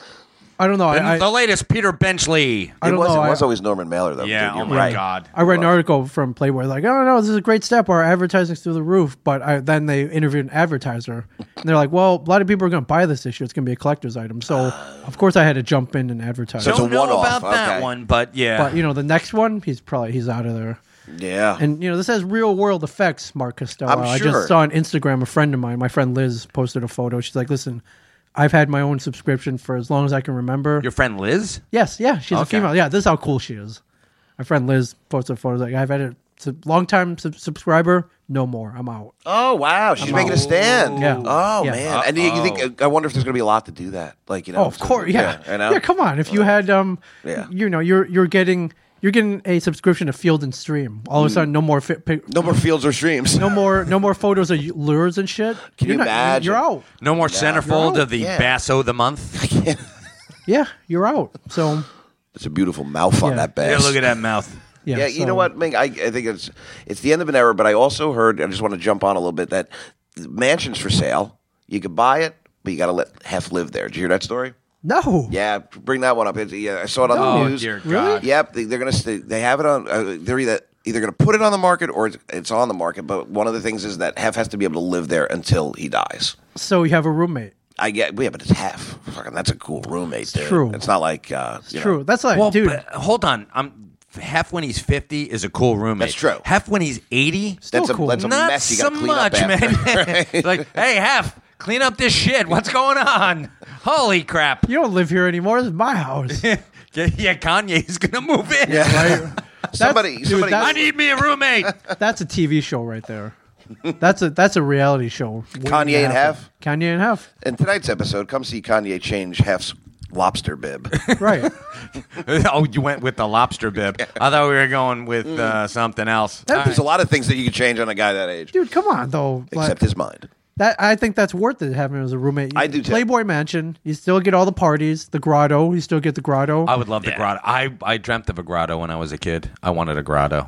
I don't know. I, the I, latest Peter Benchley. I it don't was, know. it was I, always Norman Mailer, though. Yeah. dude, Oh you're my right. God. I read an article from Playboy like, oh no, this is a great step. Our advertising's through the roof. But I, then they interviewed an advertiser, and they're like, well, a lot of people are going to buy this issue. It's going to be a collector's item. So of course I had to jump in and advertise. Oh. So it's a Don't know one-off, about that okay. one, but yeah. but you know, the next one, he's probably he's out of there. Yeah. And you know, this has real world effects, Mark Costello. I'm I sure. just saw on Instagram a friend of mine, my friend Liz posted a photo. She's like, Listen, I've had my own subscription for as long as I can remember. Your friend Liz. yes, yeah, she's a Okay. female. Yeah, this is how cool she is. My friend Liz posted a photo like I've had a sub- long time sub- subscriber, no more. I'm out. oh wow, she's making a stand. Yeah. Oh Yeah. man, and you, you think I wonder if there's going to be a lot to do that? Like you know. Oh, of course, yeah. I Yeah, know. come on. If you had um Yeah. you know, you're you're getting you're getting a subscription to Field and Stream. All of a sudden no more fi- pic- No more fields or streams. no more no more photos of lures and shit. Can you You're not- You're imagine? out. No more centerfold No, of the yeah. Basso of the month. Yeah, you're out. So It's a beautiful mouth on Yeah. that bass. Yeah, look at that mouth. yeah, Yeah, you so- know what, Ming? I, I think it's it's the end of an era, but I also heard, I just want to jump on a little bit, that the mansion's for sale. You could buy it, but you got to let Hef live there. Did you hear that story? No. Yeah, bring that one up. It's- yeah, I saw it on the Oh news. Uh, dear Really? God. Yep, they, they're gonna stay, they have it on. Uh, they're either either gonna put it on the market or it's, it's on the market. But one of the things is that Hef has to be able to live there until he dies. So you have a roommate. I get, yeah, but it's Hef. Fucking, that's a cool roommate. Dude. true. It's not like uh, you know, True. That's like, Well, dude, but hold on. I'm Hef when he's 50 is a cool roommate. That's true. Hef when he's 80. still that's a cool. that's a Not mess. You so gotta clean much, up after. man. [LAUGHS] like, hey, Hef, Clean up this shit. What's going on? Holy crap. You don't live here anymore. This is my house. [LAUGHS] yeah, Kanye's going to move in. [LAUGHS] Yeah. [LAUGHS] somebody, dude, somebody. that's- I need me a roommate. [LAUGHS] That's a TV show right there. That's a that's a reality show. waiting Kanye to and happen. Kanye and Hef. In tonight's episode, come see Kanye change Hef's lobster bib. [LAUGHS] Right. oh, you went with the lobster bib. I thought we were going with uh, something else. All There's right. a lot of things Mm. that you can change on a guy that age, Dude, come on though. Like, except his mind. that I think that's worth it having him as a roommate. I do, too. Playboy Mansion. You still get all the parties, the grotto, you still get the grotto. I would love the grotto. I, I dreamt of a grotto when I was a kid. I wanted a grotto.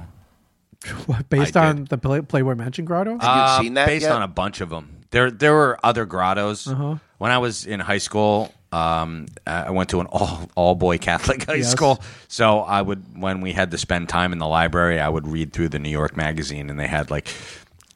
What, [LAUGHS] based I on the Play- Playboy Mansion grotto? Have Uh, you seen that based yet? on a bunch of them. There there were other grottos. When I was in high school, um, I I went to an all all boy Catholic [LAUGHS] high Yes. school. So I would when we had to spend time in the library, I would read through the New York magazine, and they had like.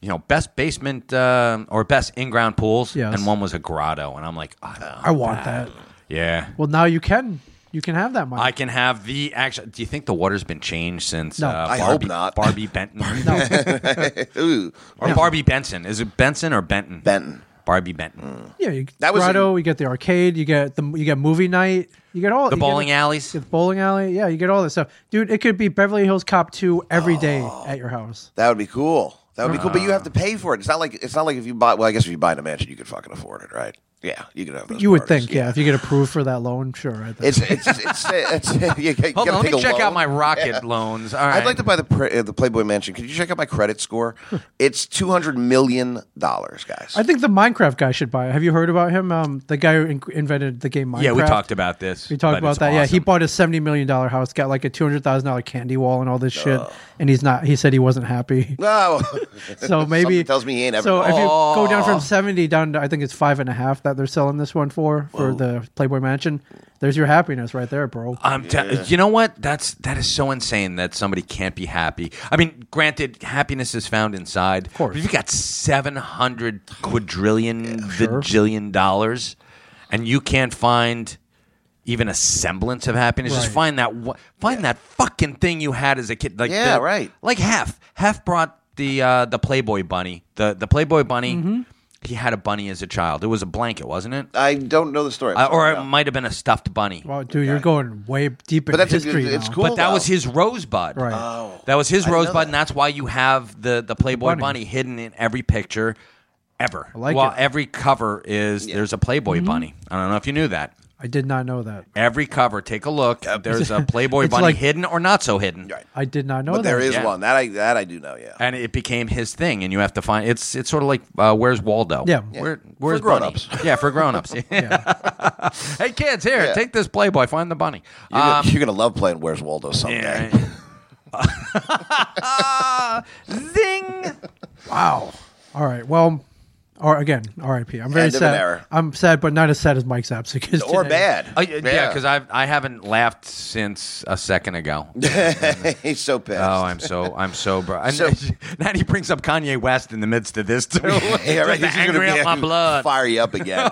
You know, best basement uh, or best in-ground pools, Yes. and one was a grotto, and I'm like, I I want that. Ah. yeah, Well, now you can. You can have that money. I can have the actual. Do you think the water's been changed since? No. uh, I Barbie, hope not. Barbie Benton no. [LAUGHS] Ooh, or Barbie Benson? Is it Benson or Benton? Benton. Barbie Benton. yeah, you, That was grotto. in- you get the arcade. You get the you get movie night. You get all The you bowling get, alleys. you get the bowling alley. Yeah, you get all this stuff, dude. It could be Beverly Hills Cop two every day Oh. at your house. That would be cool. That would be cool, but you have Uh-huh. to pay for it. It's not like it's not like if you buy. Well, I guess if you buy a mansion, you could fucking afford it, right? Yeah, you could have. Those You would parties. think, yeah, if you get approved for that loan, sure. Right there. It's it's it's, it's, [LAUGHS] it's you gotta Hold on, take let me a check loan. out [LAUGHS] my rocket Yeah. loans. All right. I'd like to buy the pre- uh, the Playboy Mansion. Could you check out my credit [LAUGHS] score? it's two hundred million dollars, guys. [LAUGHS] I think the Minecraft guy should buy it. Have you heard about him? Um, the guy who in- invented the game Minecraft. Yeah, we talked about this. We talked but about it's that. Yeah, he awesome. bought a seventy million dollar house, got like a two hundred thousand dollar candy wall and all this shit, and he's not. He said he [LAUGHS] wasn't happy. no, [LAUGHS] So Oh. maybe Something tells me he ain't ever. So if you go down from seventy down to I think it's five and a half that they're selling this one for for the Playboy Mansion. There's your happiness right there, bro. I'm te- you know what? That's that is so insane that somebody can't be happy. I mean, granted, happiness is found inside. Of course. But if you got seven hundred quadrillion bajillion dollars, and you can't find even a semblance of happiness, just Right. find that one- find that fucking thing you had as a kid. Like Yeah, the- right. Like Hef. Hef brought the uh, the Playboy bunny. The the Playboy bunny. Mm-hmm. He had a bunny as a child. It was a blanket, wasn't it? I don't know the story, Uh, or it No. might have been a stuffed bunny. Wow, dude, you're going way deep in but that's a history. good, it's now. cool. But that though. was his rosebud. Right. That was his Oh. didn't know rosebud, that. and that's why you have the, the Playboy bunny. bunny. hidden in every picture ever. like well, it. Mm-hmm. every cover is there's a Playboy bunny. I don't know if you knew that. I did not know that. Every cover, take a look. [LAUGHS] There's a Playboy It's bunny like- hidden or not so hidden. Right. I did not know But that. there is Yeah. one that I that I do know. Yeah, And it became his thing, and you have to find it's it's sort of like uh, where's Waldo? Yeah. Where, where's For Bunny? grown-ups. Yeah, for [LAUGHS] grown ups. [LAUGHS] hey kids, here, Yeah. take this Playboy, find the bunny. Um, you're, gonna, you're gonna love playing Where's Waldo someday. Yeah. [LAUGHS] Zing. Wow. All right. Well, or again, R.I.P. I'm very End of an sad. era. I'm sad, but not as sad as Mike's [LAUGHS] absence. is Or today. bad. Uh, yeah, because I've I haven't laughed since a second ago. [LAUGHS] he's so pissed. Oh, I'm so I'm so bro. And So- [LAUGHS] now he brings up Kanye West in the midst of this too. [LAUGHS] [LAUGHS] yeah, right. Just he's gonna angry be- up my blood. Fire you up [LAUGHS] again.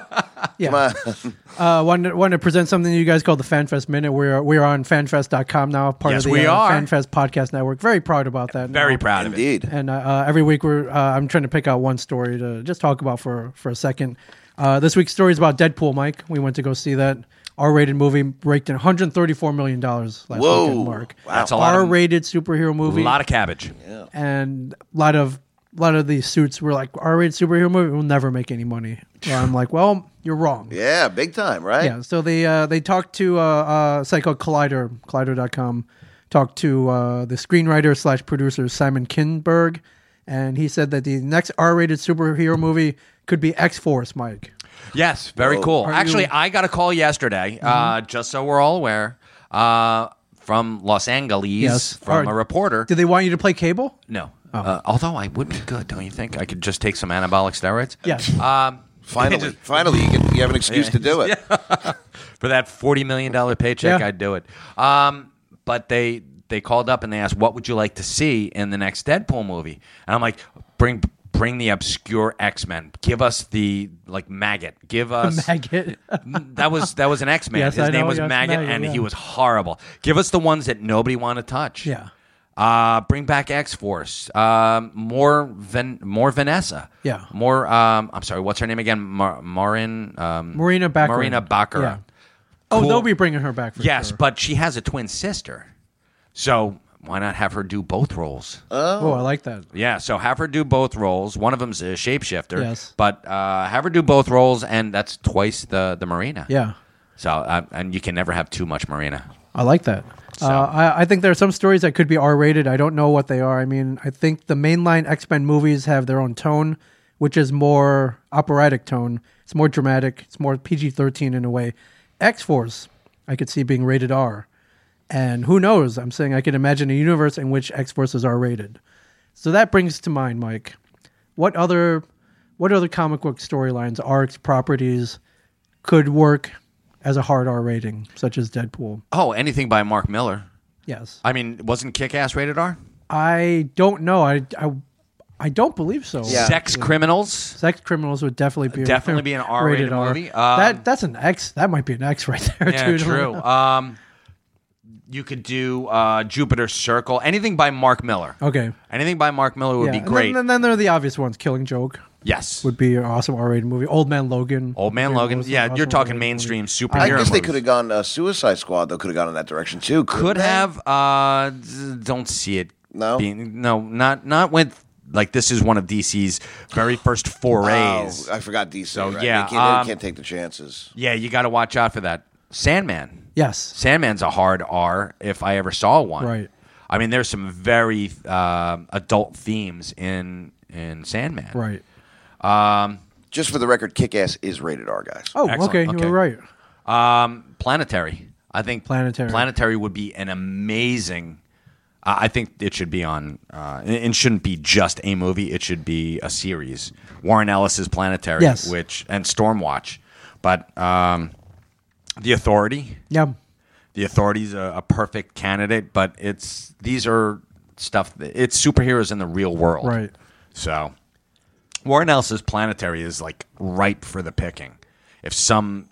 Yeah. Come on. Uh, wanted, wanted to present something to you guys called the FanFest Minute. We're we're on fanfest.com now, part Yes, of the we uh, are. FanFest podcast network. Very proud about that. Very now. proud of it. Indeed. And uh, uh, every week, we're uh, I'm trying to pick out one story to just talk about for for a second. Uh, this week's story is about Deadpool. Mike, we went to go see that R-rated movie, raked in 134 million dollars last Whoa. weekend. Mark, Wow. That's a lot of- R-rated superhero A movie, lot of cabbage. and a lot of a lot of these suits were like R-rated superhero movie will never make any money. Well, I'm like, well, you're wrong. Yeah, big time, right? Yeah, so they uh, they talked to uh, uh, a site called Collider, Collider.com, talked to uh, the screenwriter slash producer Simon Kinberg, and he said that the next R-rated superhero movie could be X-Force, Mike. Yes, very cool. Are Actually, you- Mm-hmm. I got a call yesterday. Uh, just so we're all aware, uh, from Los Angeles, from Or- a reporter. Do they want you to play Cable? no. Oh. Uh, although I would be good, don't you think? I could just take some anabolic steroids. Yes. Um, [LAUGHS] Finally, finally, you, can, you have an excuse to do it. for that forty million dollar paycheck, Yeah. I'd do it. Um, but they they called up and they asked, "What would you like to see in the next Deadpool movie?" And I'm like, "Bring bring the obscure X Men. Give us the like maggot. Give us Maggot. that was that was an X Man. Yes, His I name know, was yes, Maggot, Maggot, and yeah. he was horrible. Give us the ones that nobody wanted to touch. yeah. Uh, bring back X Force. Um, more Ven- more Vanessa. Yeah. More. Um, I'm sorry. What's her name again? Mar- Marin. Um, Marina Baccarin. Marina Yeah. Baccarat. Oh, Cool. they'll be bringing her back. For Yes, sure. but she has a twin sister, so why not have her do both roles? oh, I like that. Yeah, so have her do both roles. One of them's a shapeshifter. Yes. But uh, have her do both roles, and that's twice the the Marina. Yeah, So uh, and you can never have too much Marina. I like that. So- Uh, I, I think there are some stories that could be R rated. I don't know what they are. I mean, I think the mainline X Men movies have their own tone, which is more operatic tone. It's more dramatic. It's more PG 13 in a way. X Force, I could see being rated R. And who knows? I'm saying I could imagine a universe in which X Force is R rated. So that brings to mind, Mike, what other what other comic book storylines, arcs, properties could work as a hard R rating, such as Deadpool? Oh, anything by Mark Miller. Yes. I mean, wasn't Kick Ass rated R? I don't know. I, I, I don't believe so. Sex criminals. Sex criminals would definitely be Definitely be an R-rated rated R. movie. Um, that that's an X. That might be an X right there. Yeah, too. true. Um, you could do uh, Jupiter Circle. Anything by Mark Miller. Okay. Anything by Mark Miller would Yeah. be And great. Then, then, then there are the obvious ones. Killing Joke yes. would be an awesome R-rated movie. Old Man Logan. Old Man would be an Logan. awesome- yeah, you're awesome talking R-rated mainstream movie. superhero. I guess they movies. could have gone uh, Suicide Squad. They could have gone in that direction too. couldn't could they? have. Uh, d- don't see it. No? being, no, not not with like this is one of DC's very first Oh, forays. I forgot DC. So, right? yeah, they can't, they um, can't take the chances. yeah, you got to watch out for that. Sandman. Yes. Sandman's a hard R if I ever saw one. Right. I mean, there's some very uh, adult themes in in Sandman. Right. Just for the record, Kick Ass is rated R, guys. Oh, Excellent. okay. Okay. You were right. Planetary. I think Planetary. Planetary would be an amazing. I I think it should be on. Uh, it it shouldn't be just a movie. It should be a series. Warren Ellis's Planetary, Yes. which and Stormwatch, but um, the Authority. Yeah. The Authority's a, a perfect candidate, but it's these are stuff. That, it's superheroes in the real world, Right. So Warren Ellis's Planetary is like ripe for the picking. If some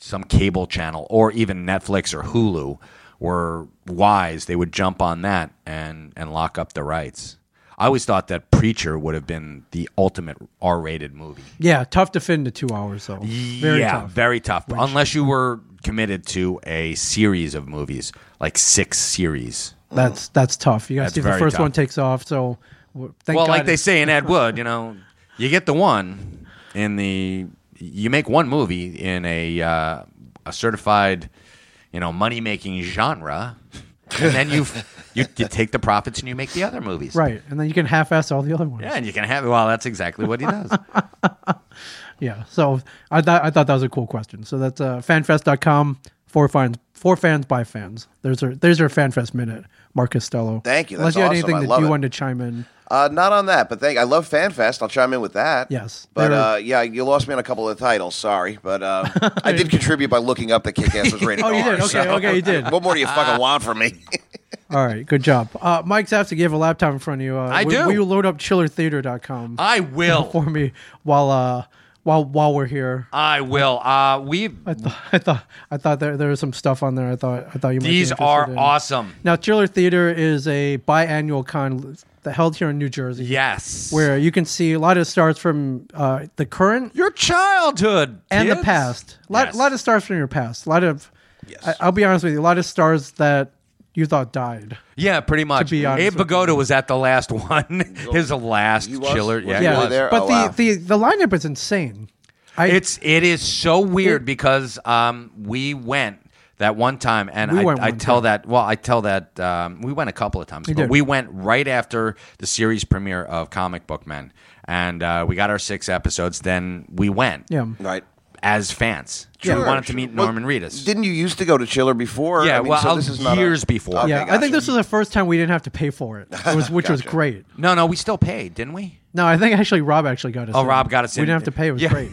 some cable channel or even Netflix or Hulu were wise, they would jump on that and and lock up the rights. I always thought that Preacher would have been the ultimate R-rated movie. Yeah. Tough to fit into two hours though. Very yeah, tough. very tough. Unless you were committed to a series of movies, like six series. That's that's tough. You guys That's see if the very first tough. one takes off. So w- thank well, God like they it's- say in Ed Wood, you know, you get the one in the you make one movie in a uh, a certified, you know, money making genre, and then you you you take the profits and you make the other movies, Right, and then you can half-ass all the other ones. Yeah, and you can have well, that's exactly what he [LAUGHS] does. Yeah. So I thought I thought that was a cool question. So that's uh, fanfest.com for fans for fans by fans. There's your there's your fanfest minute, Mark Costello. Thank you. Unless That's you had awesome. anything I that love you it. wanted to chime in. Uh, not on that, but thank. I love FanFest. I'll chime in with that. Yes. but There- uh, yeah, you lost me on a couple of titles. Sorry, but [LAUGHS] uh, I did contribute by looking up that Kick Ass was rated Oh, R. you did? Okay, so- okay, you did. Uh, What more do you fucking want from me? All right, good job. Uh, Mike's have to give a laptop in front of you. Uh, I we, do. We will load up chillertheater.com I will, for me while uh while while we're here. [LAUGHS] I will. Uh, we I thought I thought I thought there there was some stuff on there. I thought I thought you might be these interested are in. awesome. Now, Chiller Theater is a biannual con held here in New Jersey. Yes, where you can see a lot of stars from uh, the current your childhood and the kids. past. A lot, Yes. lot of stars from your past. A lot of, I, I'll be honest with you, a lot of stars that you thought died. Yeah, pretty much. be honest Abe with Pagoda was at the last one. [LAUGHS] His last He was? chiller. Was Yeah, he he really was. there? but Oh, the, wow. the the lineup is insane. I, It's it is so weird because um we went that one time and We I, went I one tell time. that well I tell that um, we went a couple of times We but did. we went right after the series premiere of Comic Book Men and uh, we got our six episodes then we went yeah. right. as fans we Sure, wanted to sure. meet Well, Norman Reedus Didn't you used to go to Chiller before? Yeah, I mean, well, so I- this is not a- years before. Okay, yeah, I think gotcha. this was the first time we didn't have to pay for it, it [LAUGHS] was, which was Gotcha. great. no no we still paid didn't we No, I think actually Rob actually got us. oh in. Rob got us We in didn't have to pay. It was Yeah. great.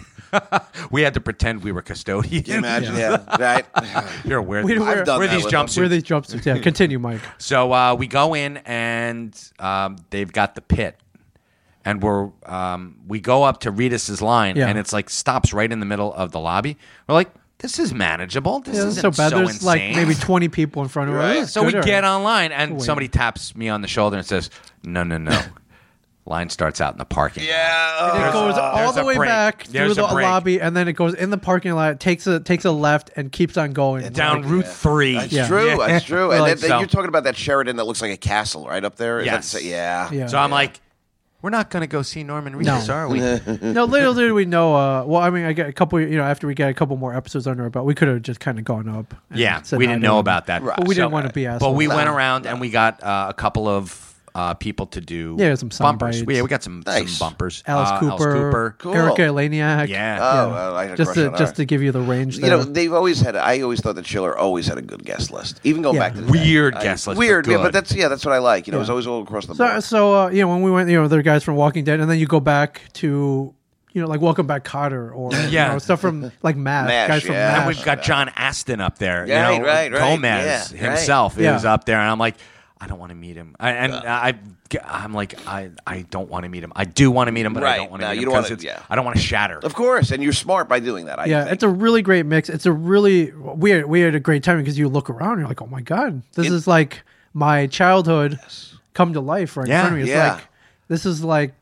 [LAUGHS] we had to pretend we were custodians Can you imagine? Yeah, [LAUGHS] [LAUGHS] right. [LAUGHS] you're aware We didn't we're, wear- I've done that these with them. jumpsuits Where are these jumpsuits? Yeah, continue, Mike. So uh, we go in and um, they've got the pit, and we're um, we go up to Redis's line, Yeah. and it's like stops right in the middle of the lobby. We're like, this is manageable. This Yeah, isn't that's so bad. There's insane. like [LAUGHS] maybe 20 people in front of Right. us. So we get online, and Wait. somebody taps me on the shoulder and says, "No, [LAUGHS] no, no." Line starts out in the parking. Yeah. And it goes all there's the a way break. back There's through a the break. lobby, and then it goes in the parking lot, takes a takes a left, and keeps on going down Like, Route Three. That's true. That's [LAUGHS] true. And Well, then, then so- you're talking about that Sheridan that looks like a castle right up there. Is that- yeah. Yes. Yeah. So I'm like, "We're not going to go see Norman Reedus, [LAUGHS] are we?" no, little did we know. Uh, well, I mean, I got a couple. You know, after we got a couple more episodes under our belt, we could have just kind of gone up. and Yeah, said we hi didn't to know him. about that. But we didn't want to be asked. But we went around and we got uh, a couple of uh, people to do Yeah, some sound bumpers. bites. Yeah, we got some, Nice. some bumpers. Alice, Uh, Cooper, Cooper. Cool. Erica Eleniak. Yeah. Oh, well, I had a just crush to on her. just to give you the range. You there. know, they've always had. I always thought that Schiller always had a good guest list, even going Yeah. back to the Weird I- guest list, but Weird, yeah, good. but that's yeah, that's what I like. You know, it was Yeah. always all across the So, board. so uh, you know, when we went, you know, there are guys from Walking Dead, and then you go back to, you know, like Welcome Back Cotter or you Yeah. know, stuff from like Mash, MASH, guys from yeah. And Mash. we've got John Aston up there. Yeah, you know, right, right, Gomez yeah, himself right. is Yeah. up there, and I'm like, I don't want to meet him. I, and I, I'm like, I, I don't want to meet him. I do want to meet him, but I Right. don't want to No, meet you him don't because wanna- it's, yeah. I don't want to shatter. of course, and you're smart by doing that. I yeah, think. it's a really great mix. It's a really we had, we had a great time because you look around, and you're like, oh my god, this is It- like my childhood come to life right Yeah, in front of me. It's yeah. like this is like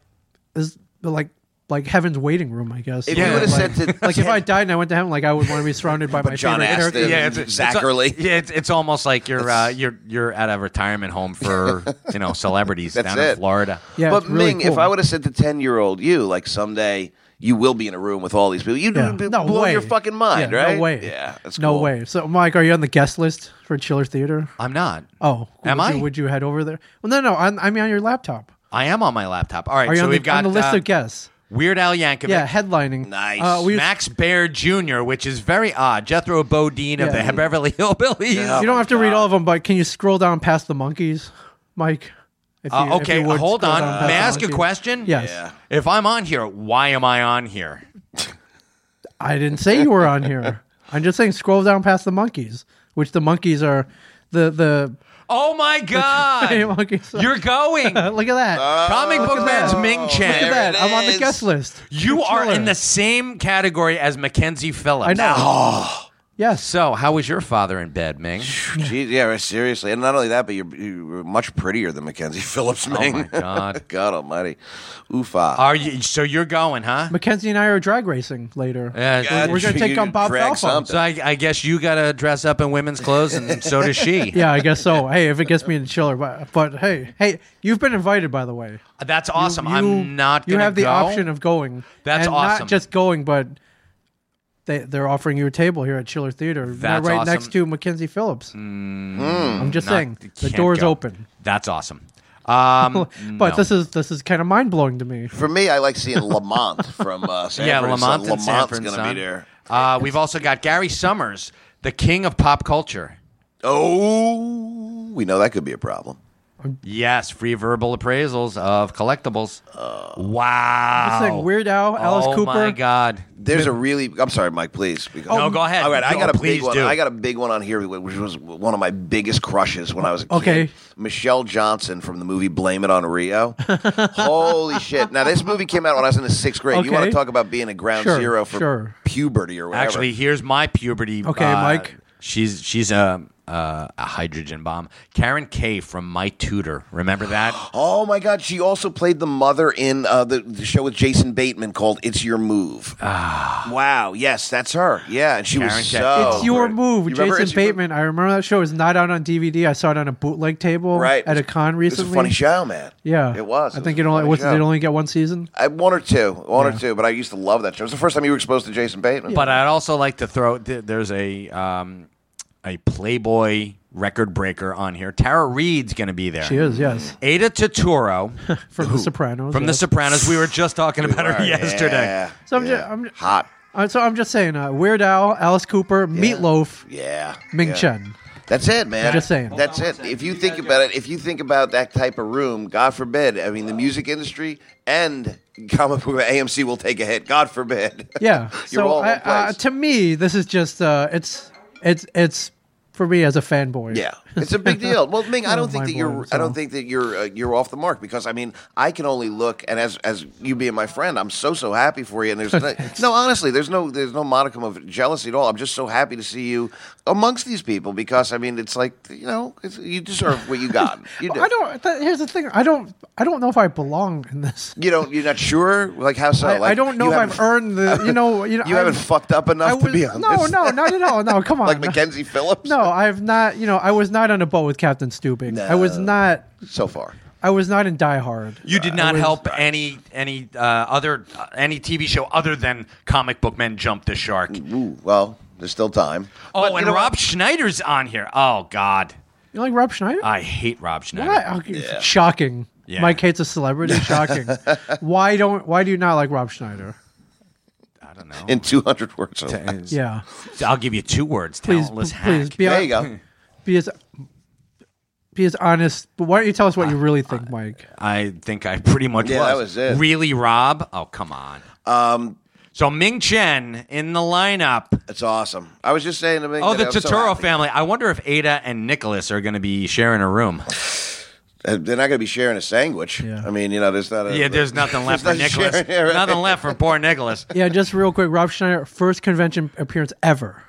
this is like like heaven's waiting room, I guess. [LAUGHS] If you Like- would've said to like if Ted- I died and I went to heaven, like I would want to be surrounded by my John favorite Astin. Eric- Yeah, it's, it's- Zachary. yeah, it's, it's almost like you're uh, you're you're at a retirement home for you know celebrities That's down in it. Florida. Yeah, but it's really Ming, cool. if I would have said to ten year old you, like someday you will be in a room with all these people, you'd Yeah. b- No blow way. your fucking mind, Yeah, no right? way. Yeah, that's no cool. way. So, Mike, are you on the guest list for Chiller Theater? I'm not. Oh, Am would I? You, would you head over there? Well, no, no. I'm, I mean, on your laptop. I am on my laptop. All right, Are you so on, we've the, got on the list uh, of guests? Weird Al Yankovic. Yeah, headlining. Nice. Uh, we, Max Baer Jr., which is very odd. Jethro Bodine of Yeah. the Beverly Hillbillies. you don't have to read all of them, but can you scroll down past the monkeys, Mike? If Uh, you- if okay, you would, hold scroll on. down past May I the ask a monkeys. question? Yes. Yeah. If I'm on here, why am I on here? I didn't say you were on here. I'm just saying scroll down past the monkeys, which the monkeys are the the Oh my tiny God! monkeys. You're going. [LAUGHS] Look at that. Comic book man's that. Ming Look at there Chen. that. it I'm on the is. guest list. You You're are killer. in the same category as Mackenzie Phillips. I know. [GASPS] Yes. So, how was your father in [SIGHS] bed, Ming? Jeez, yeah, seriously, and not only that, but you're, you're much prettier than Mackenzie [LAUGHS] Phillips. Ming. Oh my [LAUGHS] God. God Almighty, oofa. Are you? So you're going, huh? Mackenzie and I are drag racing later. Yeah. God, we're gonna you take on Bob drag [LAUGHS] Falfon. something. So I, I guess you got to dress up in women's clothes, and so does she. [LAUGHS] Yeah, I guess so. Hey, if it gets me in the chiller, but but hey, hey, you've been invited by the way. You- That's awesome. you- I'm not. You gonna have the go. option of going. That's and awesome. Not just going, but they they're offering you a table here at Chiller Theater, not That's right awesome. Mm, next to Mackenzie Phillips. Hmm. I'm just Not- saying the can't door's go. open. That's awesome. [LAUGHS] Um, But no. this is this is kind of mind blowing to me. For me, I like seeing Lamont [LAUGHS] from uh, San yeah, Fran. Lamont and San Lamont's Fran going to Sun. be there. Uh, we've also got Gary Summers, the king of pop culture. Oh, we know that could be a problem. Yes, free verbal appraisals of collectibles. It's wow. like Weird Al, Alice oh Cooper. my God. There's a really. I'm sorry, Mike. Please. Because, No, go ahead. All right, I No, got a please big one. do. I got a big one on here, which was one of my biggest crushes when I was a kid. Okay. Michelle Johnson from the movie Blame It on Rio. [LAUGHS] Holy shit! Now this movie came out when I was in the sixth grade. You Okay. want to talk about being a ground Sure, zero for sure. puberty or whatever? Actually, here's my puberty. Okay, uh, Mike. She's she's a uh, a hydrogen bomb. Karen K from My Tutor. [GASPS] Remember that? oh my god, she also played the mother in uh, the, the show with Jason Bateman called "It's Your Move." wow. Yes, that's her. Yeah, and she Karen was Kay. so. Ah. It's your pretty. move, Oh, You remember Jason It's Your Move? Bateman. I remember that show. It's not out on DVD. I saw it on a bootleg table right at a con recently. It was a funny show, man. Yeah, it was. I It think was it a only funny was, did show. it only get one season. I, one or two, one Yeah. or two. But I used to love that show. It was the first time you were exposed to Jason Bateman. But I'd also like to throw th- there's a um, a Playboy record breaker on here. Tara Reid's going to be there. She Mm-hmm. is, yes, [LAUGHS] Ada Totoro from The Sopranos. from The yes. Sopranos. We were just talking about her Right, yesterday. yeah, So I'm yeah. just, I'm, hot. uh, so I'm just saying, uh, Weird Al, Alice Cooper, Meatloaf, Yeah, Ming yeah. Chen. That's it, man. Just saying. That's it. If you think about it, if you think about that type of room, God forbid. I mean, the music industry and comic book AMC will take a hit. God forbid. [LAUGHS] Yeah. You're so all in I, one place. uh, to me, this is just uh, it's it's it's for me as a fanboy. Yeah, it's a big deal. Well, Ming, I Oh, don't think that you're. mind-blowing, I don't so. think that you're. Uh, you're off the mark because I mean, I can only look and as as you being my friend, I'm so so happy for you. And there's [LAUGHS] no, no honestly, there's no there's no modicum of jealousy at all. I'm just so happy to see you amongst these people because I mean, it's like you know, it's, you deserve [LAUGHS] what you got. You do. [LAUGHS] I don't. Th- here's the thing. I don't. I don't know if I belong in this. You don't. You're not sure. Like how so? I, Like, I don't know you if haven't- I've earned the. [LAUGHS] You know. You, know, You haven't I'm- fucked up enough I to be on no, this. no, not at [LAUGHS] all. No, come on. Like Mackenzie Phillips. No, I've not. You know, I was not on a boat with Captain Stubing. I was not. So far. I was not in Die Hard. You did not help any any uh, other uh, any TV show other than Comic Book Men jump the shark. Ooh, well, there's still time. Oh, But you and know what? Rob Schneider's on here. Oh God, You like Rob Schneider? I hate Rob Schneider. What? Okay, Shocking. Yeah. Mike hates [LAUGHS] a celebrity. Shocking. why don't? Why do you not like Rob Schneider? I don't know. in 200 words. or less. Yeah. I'll give you two words: Please, please talentless hack. be, There you hon- go. be as be as honest. But why don't you tell us what you really think, Mike? I think I pretty much Yeah, was. that was it. Really, Rob? Oh, come on. Um. So Ming Chen in the lineup. That's awesome. I was just saying to me. Oh, the that I'm so Totoro happy. family. I wonder if Ada and Nicholas are going to be sharing a [LAUGHS] room. Uh, They're not going to be sharing a sandwich. I mean, you know, there's not a. Yeah, there's nothing left for There's nothing Nicholas. sharing, right? Nothing left for poor Nicholas. [LAUGHS] Yeah, just real quick. Rob Schneider, first convention appearance ever.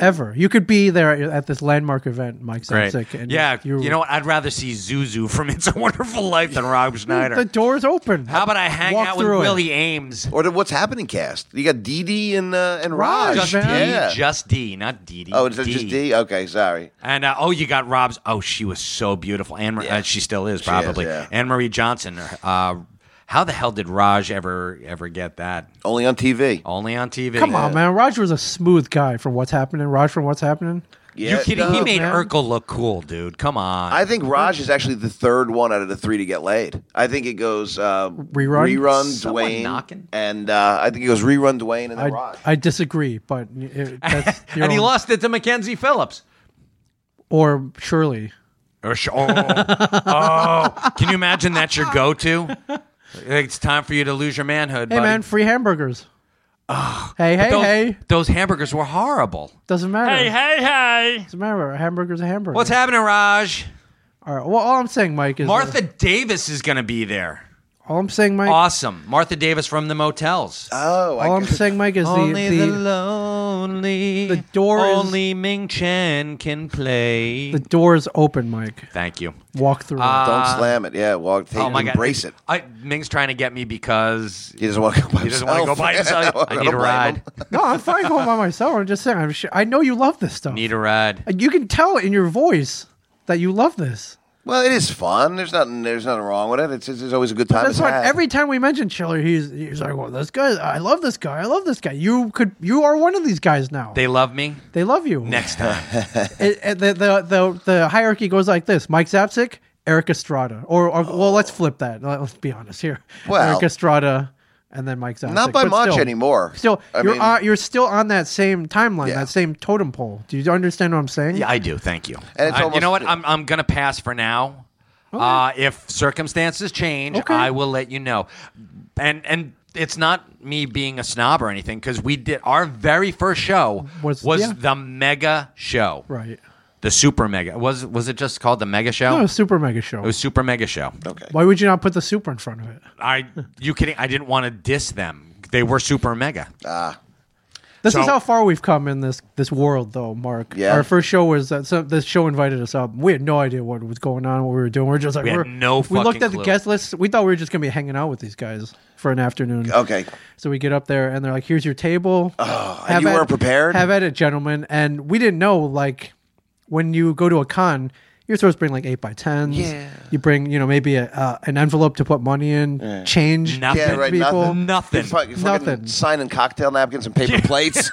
Ever. You could be there at, at this landmark event, Mike Right. Sensick. and yeah, you- you, know what? I'd rather see Zuzu from [LAUGHS] It's a Wonderful Life [LAUGHS] than Rob Schneider. The door's open. How about I hang Walk out with through it. Willie Ames? Or the What's Happening cast. You got Dee Dee and, uh, and Raj. Raj, Just man. D, Yeah. just D, not Dee Dee. oh, it's D. just Dee? Okay, sorry. And uh, oh, you got Rob's. Oh, she was so beautiful. Anne, Yeah. uh, she still is probably. yeah. Anne Marie Johnson. Uh, how the hell did Raj ever ever get that? Only on TV. Only on TV. Come on, man. Roger was a smooth guy from What's Happening. Raj from What's Happening. Yeah, you kidding? he no. made man. Urkel look cool, dude. Come on. I think Raj is actually the third one out of the three to get laid. I think it goes uh, Rerun? rerun Someone Dwayne, knocking? and uh, I think it goes rerun Dwayne and then I, Raj. I disagree, but it, that's your [LAUGHS] and he own- lost it to Mackenzie Phillips. Or Shirley. Or sh- oh, oh. can you imagine that's your go-to? It's time for you to lose your manhood, Hey, buddy. man, free hamburgers. hey, hey, those, hey. those hamburgers were horrible. Doesn't matter. hey, hey! Doesn't matter. A hamburger's a hamburger. What's happening, Raj? All right. Well, all I'm saying, Mike, is Martha Oh Davis is going to be there. All I'm saying, Mike. Awesome, Martha Davis from the motels. oh, I all I'm guess- saying, Mike, is only the, the, the lonely, the door is- Only Ming Chen can play. the door is open, Mike. Thank you. Walk through. don't slam it. Yeah, well, take, uh, Oh my God! embrace it. I, Ming's trying to get me because He doesn't want to go by he doesn't want to go [LAUGHS] by himself. I need don't a blame ride. him. it. no, I'm fine going by myself. I'm just saying. I'm sure, I know you love this stuff. Need a ride. [LAUGHS] And you can tell in your voice that you love this. Well, it is fun. There's nothing. There's nothing wrong with it. It's, it's, it's always a good time. That's to why have. every time we mention Chiller, he's he's like, "Well, this guy, I love this guy. I love this guy." You could, you are one of these guys now. They, They love me. love you. Next time. It- it- the, the the the hierarchy goes like this: Mike Zapsik, Eric Estrada, or, or well, let's flip that. Let's be honest here. Well- Eric Estrada, and then Mike Zapsik. not by But much still. anymore. Still, I you're mean, on, you're still on that same timeline, Yeah. that same totem pole. Do you understand what I'm saying? [LAUGHS] Yeah, I do. Thank you. And it's I- you almost- know what? I'm, I'm going to pass for now. Uh, if circumstances change, Okay. I will let you know. And and it's not me being a snob or anything because we did our very first show was, Was- yeah. the mega show, Right. the super mega. Was was it just called the mega show? No, a super mega show. it was super mega show. Okay. Why would you not put the super in front of it? I you kidding? I didn't want to diss them. They were super mega. Ah. This So- is how far we've come in this this world, though, Mark. Yeah. Our first show was that so this show invited us up. We had no idea what was going on, what we were doing. We are just like We had are no We fucking looked at clue. the guest list. We thought we were just gonna be hanging out with these guys for an afternoon. Okay. So we get up there and they're like, "Here's your table. Oh, and you weren't prepared? Have at it, gentlemen." And we didn't know like when you go to a con, you're supposed to bring like eight by tens. Yeah. You bring you know maybe a, uh, an envelope to put money in, change. Nothing. Yeah, right. people. Nothing. Nothing. You're fucking- fucking Nothing. Signing cocktail napkins and paper [LAUGHS] plates.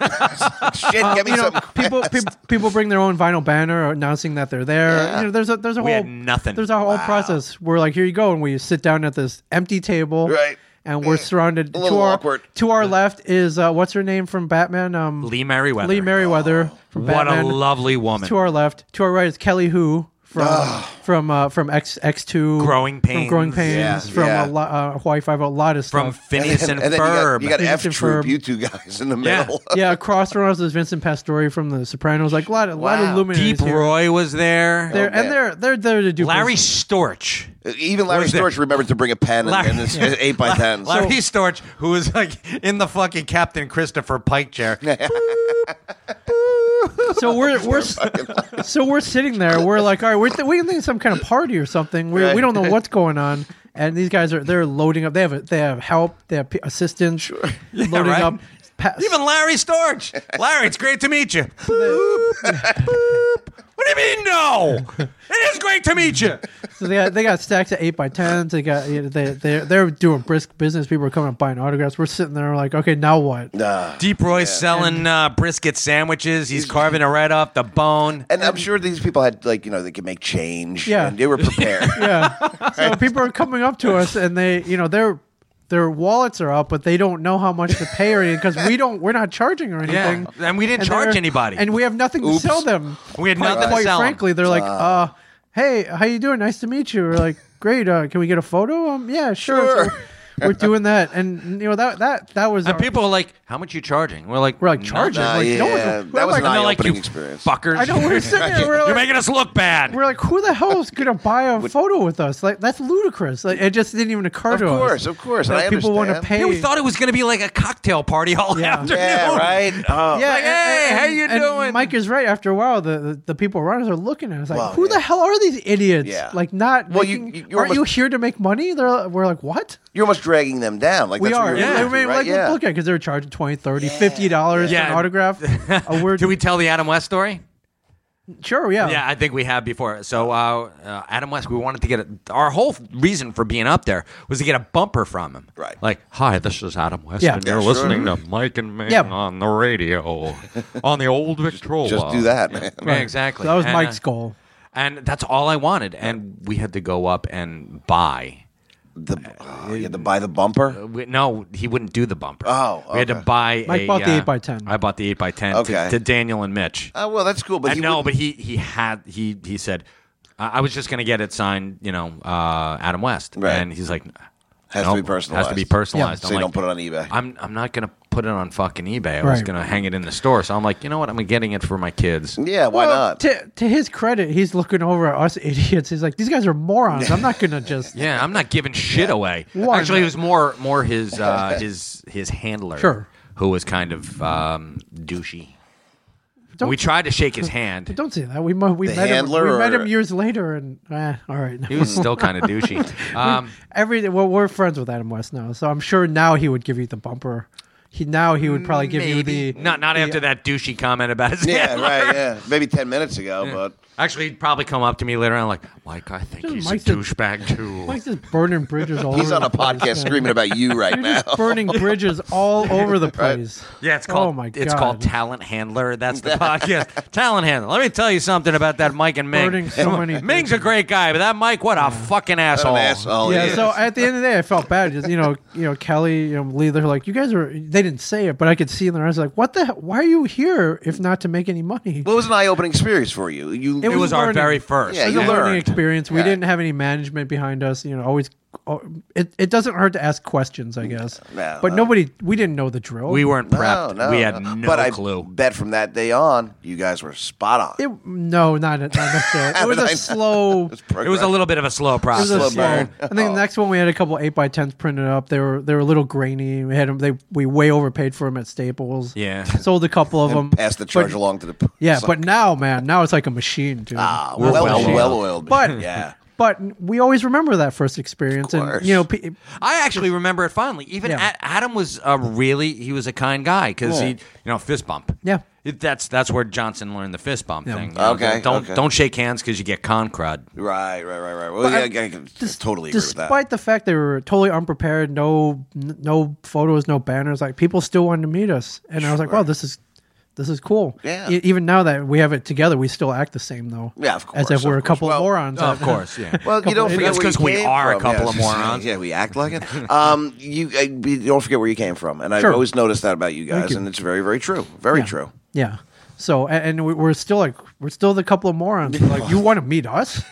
Shit, get me Uh, You know, something. people, people people bring their own vinyl banner announcing that they're there. Yeah. You know, there's a there's a We whole had nothing. There's a whole process. We're like, here you go, and we sit down at this empty table, Right. And we're surrounded. A little to our, awkward. To our left is uh, what's her name from Batman? Um, Lee Merriweather. Lee Merriweather from What a Batman. lovely woman. to our left, to our right is Kelly Who from Ah. from uh, from X X two Growing from Growing Pains Pains. Yeah, from yeah. A lo- uh, Hawaii Five O, a lot of from stuff. Phineas and, and, then you got, Ferb. you got Phineas F and Troop, Ferb. you two guys in the Yeah. middle. yeah, across from us is Vincent Pastore from The Sopranos. Like a lot, a lot Wow. of luminaries Deep here. Roy was there. They're, man. and they're they're there to do Larry business. Storch. [LAUGHS] Even Larry What is that? Storch remembered to bring a pen Larry- and, and [LAUGHS] this eight by ten. Larry Storch, who was like in the fucking Captain Christopher [LAUGHS] Pike chair. So [LAUGHS] we're we're so we're sitting there. We're like, all right, we're th- we think it's some kind of party or something. We we don't know what's going on. And these guys are they're loading up. They have they have help. They have p- assistants loading right. up. Pa- Even Larry Storch. Larry, it's great to [LAUGHS] meet you. Boop. Boop. What do you mean, no? It is great to [LAUGHS] meet you. So they got, they got stacks of eight by tens. They got you know, they they they're doing brisk business. People are coming up buying autographs. We're sitting there like, okay, now what? Deep Roy selling uh, brisket sandwiches. He's carving it right off the bone. and I'm sure these people had like you know they could make change. Yeah. and they were prepared. Yeah. So people are coming up to us and they you know their their wallets are up, but they don't know how much to pay or anything because we don't we're not charging or anything. and we didn't charge they're- anybody. and we have nothing to sell them. We had quite, nothing to quite sell 'em. frankly, they're like, uh, "Hey, how you doing? Nice to meet you." We're like, "Great, uh, can we get a photo?" Um, yeah, sure. So we're doing that, and you know that that that was And our- people are like, "How much you charging?" We're like, We're like, "Nothing." "Charging?" Uh, Like, no one- yeah, who that am was I an gonna- And they're eye like, opening "You experience. [LAUGHS] fuckers." I know we're sitting there. We're You're like, making us look bad. we're like, who the hell is gonna buy a photo with us? Like that's ludicrous. Like it just didn't even occur Of to us. course, of course, That I people want to understand. pay. Yeah, we thought it was going to be like a cocktail party all Yeah. [LAUGHS] afternoon. Yeah, right. [LAUGHS] Oh, Yeah, Like, and- "Hey, and- how you and doing?" Mike is right. After a while, the, the, the people around us are looking at us like, Well, "Who yeah. the hell are these idiots? Yeah. Like, not Well, you- making, you- you're aren't you almost- here to make money?" They're like- we're like, "What?" You're almost dragging them down. Like We that's what are. you're Yeah, I alluding to, mean, right? like, yeah. look at because they're charging 20 30 50 dollars for an Yeah. autograph. A [LAUGHS] word. Did we tell the Adam West story? Sure, yeah. Yeah, I think we have before. So uh, uh, Adam West, we wanted to get a, our whole reason for being up there was to get a bumper from him. Right. Like, hi, this is Adam West, Yeah. and Yeah, you're sure. listening to Mike and me Yeah. on [LAUGHS] the radio on the old Victrola. Just do that, [LAUGHS] man. Yeah, exactly. So that was And, Mike's uh, goal. and that's all I wanted. And we had to go up and buy. The, oh, you had to buy the bumper. We, no, he wouldn't do the bumper. Oh, we had to okay. buy. Mike a, bought the uh, 8x10. I bought the eight by ten Okay. to, to Daniel and Mitch. Oh well, that's cool. But and he no, wouldn't- but he he had he he said, I, I was just gonna get it signed, you know, uh, Adam West, Right. and he's like, Has to be "No, Has to be personalized." personalized. so I'm you like, don't put it on eBay. I'm I'm not gonna put it on fucking eBay. I was Right. gonna hang it in the store. So I'm like, you know what? I'm getting it for my kids. [LAUGHS] yeah, why Well, [LAUGHS] not? To, to his credit, he's looking over at us [LAUGHS] idiots. He's like, these guys are morons. I'm not going [LAUGHS] to just. Yeah, I'm not giving shit away. Why Actually, not? it was more more [LAUGHS] his uh, his his handler, Sure. who was kind of um, douchey. Don't- we tried to shake his hand. Don't say that. We, mu- we, The met, him, handler we met or- him years later, and eh, all right. He was still kind [LAUGHS] of douchey. Um, Every well, we're friends with Adam West now, so I'm sure now he would give you the bumper. He now he would probably give maybe. you the not not the- after that douchey comment about his yeah, [LAUGHS] [LAUGHS] handler. right. Yeah, maybe ten minutes ago, but Actually, he'd probably come up to me later on, like, Mike, I think Dude, he's Mike's a a- douchebag [LAUGHS] too. Mike's just burning bridges all he's over on a the place, podcast man. screaming about you right You're now. [LAUGHS] just burning bridges all over the place. yeah, it's called Oh my it's called God. Talent Handler. [LAUGHS] That's the podcast. Talent Handler. Let me tell you something about that Mike and Ming. Burning so many [LAUGHS] Ming's a great guy, but that Mike, what a fucking What asshole. an asshole Oh, he yeah, is. so at the end of the day, I felt bad. Just, you know, you know, Kelly, you know, Lee, they're like, you guys are. They didn't say it, but I could see in their eyes, like, what the? hell? Why are you here if not to make any money? what was an eye-opening experience for you? You It It was our learning. very first. Yeah, it was you a learning learned. [LAUGHS] experience. We Yeah. didn't have any management behind us. You know, always. oh, It, it doesn't hurt to ask questions, I guess. No, but no. nobody, we didn't know the drill. We weren't no, prepped. no, we had no. no but I clue. bet from that day on, you guys were spot on. It, no, not, not [LAUGHS] necessarily. it was I know. a slow. It was a little bit of a slow process. It was a Slow burn. slow- I think the next one we had a couple eight by tens printed up. They were they were a little grainy. We had them. They we way overpaid for them at Staples. [LAUGHS] Yeah. sold a couple of them. Pass the charge but, along to the. Yeah, so- but now, man, now it's like a machine, dude. Ah, well, well-oiled. well oiled, [LAUGHS] But- yeah, But we always remember that first experience, and course. you know, pe- I actually remember it fondly. Even Yeah. A- Adam was a really he was a kind guy because he you know fist bump. Yeah. It- that's that's where Johnson learned the fist bump Yeah. thing. You know, Okay, don't okay. don't shake hands because you get con crud. right, right, right, right. Well, But I- yeah, I, I can Des- totally agree with that. despite the fact they were totally unprepared, no n- no photos, no banners, like people still wanted to meet us, and I was like, wow, this is this is cool. Yeah. E- even now that we have it together, we still act the same though. Yeah, of As if course, of we're a course. couple Well, Oh, uh, of morons. Of course, yeah. [LAUGHS] Well, you don't Couple- forget That's where you 'cause we came are a from. couple of Yeah, it's- morons. [LAUGHS] Yeah, we act like it. Um, you, I, you don't forget where you came from, and I've Sure. always noticed that about you guys, you. and it's very, very true. Very true. yeah. So a- and we- we're still like we're still the couple of [LAUGHS] morons. Like you want to meet us?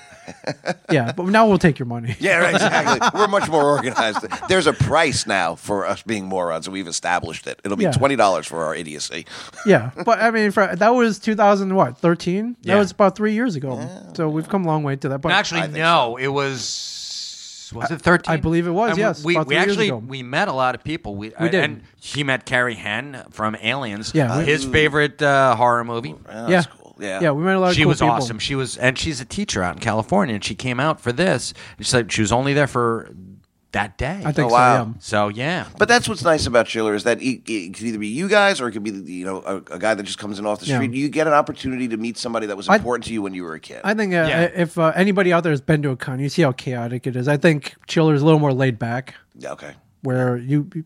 yeah, but now we'll take your money. Yeah, right, exactly. We're much more organized. There's a price now for us being morons, and we've established it. It'll be Yeah. twenty dollars for our idiocy. [LAUGHS] [LAUGHS] yeah, but I mean, for, that was 2000 what 13? That Yeah. was about three years ago. so we've come a long way to that. But Actually, no. It was was it thirteen? I believe it was. And yes, we, about we three years actually ago. we met a lot of people. We, We did. And he met Carrie Henn from Aliens. Yeah, we- Mm. his favorite uh, horror movie. that's Yeah. cool. Yeah. Oh, Yeah, we met a lot of She cool was people. awesome. She was, and she's a teacher out in California, and she came out for this. She said she was only there for that day. I think Oh, so, wow. yeah. So yeah, But that's what's nice about Schiller is that it, it could either be you guys or it could be you know a, a guy that just comes in off the Yeah. street. You get an opportunity to meet somebody that was I- important to you when you were a kid. I think uh, if uh, anybody out there has been to a con, you see how chaotic it is. I think Chiller's a little more laid back. Yeah, okay. Where you, you-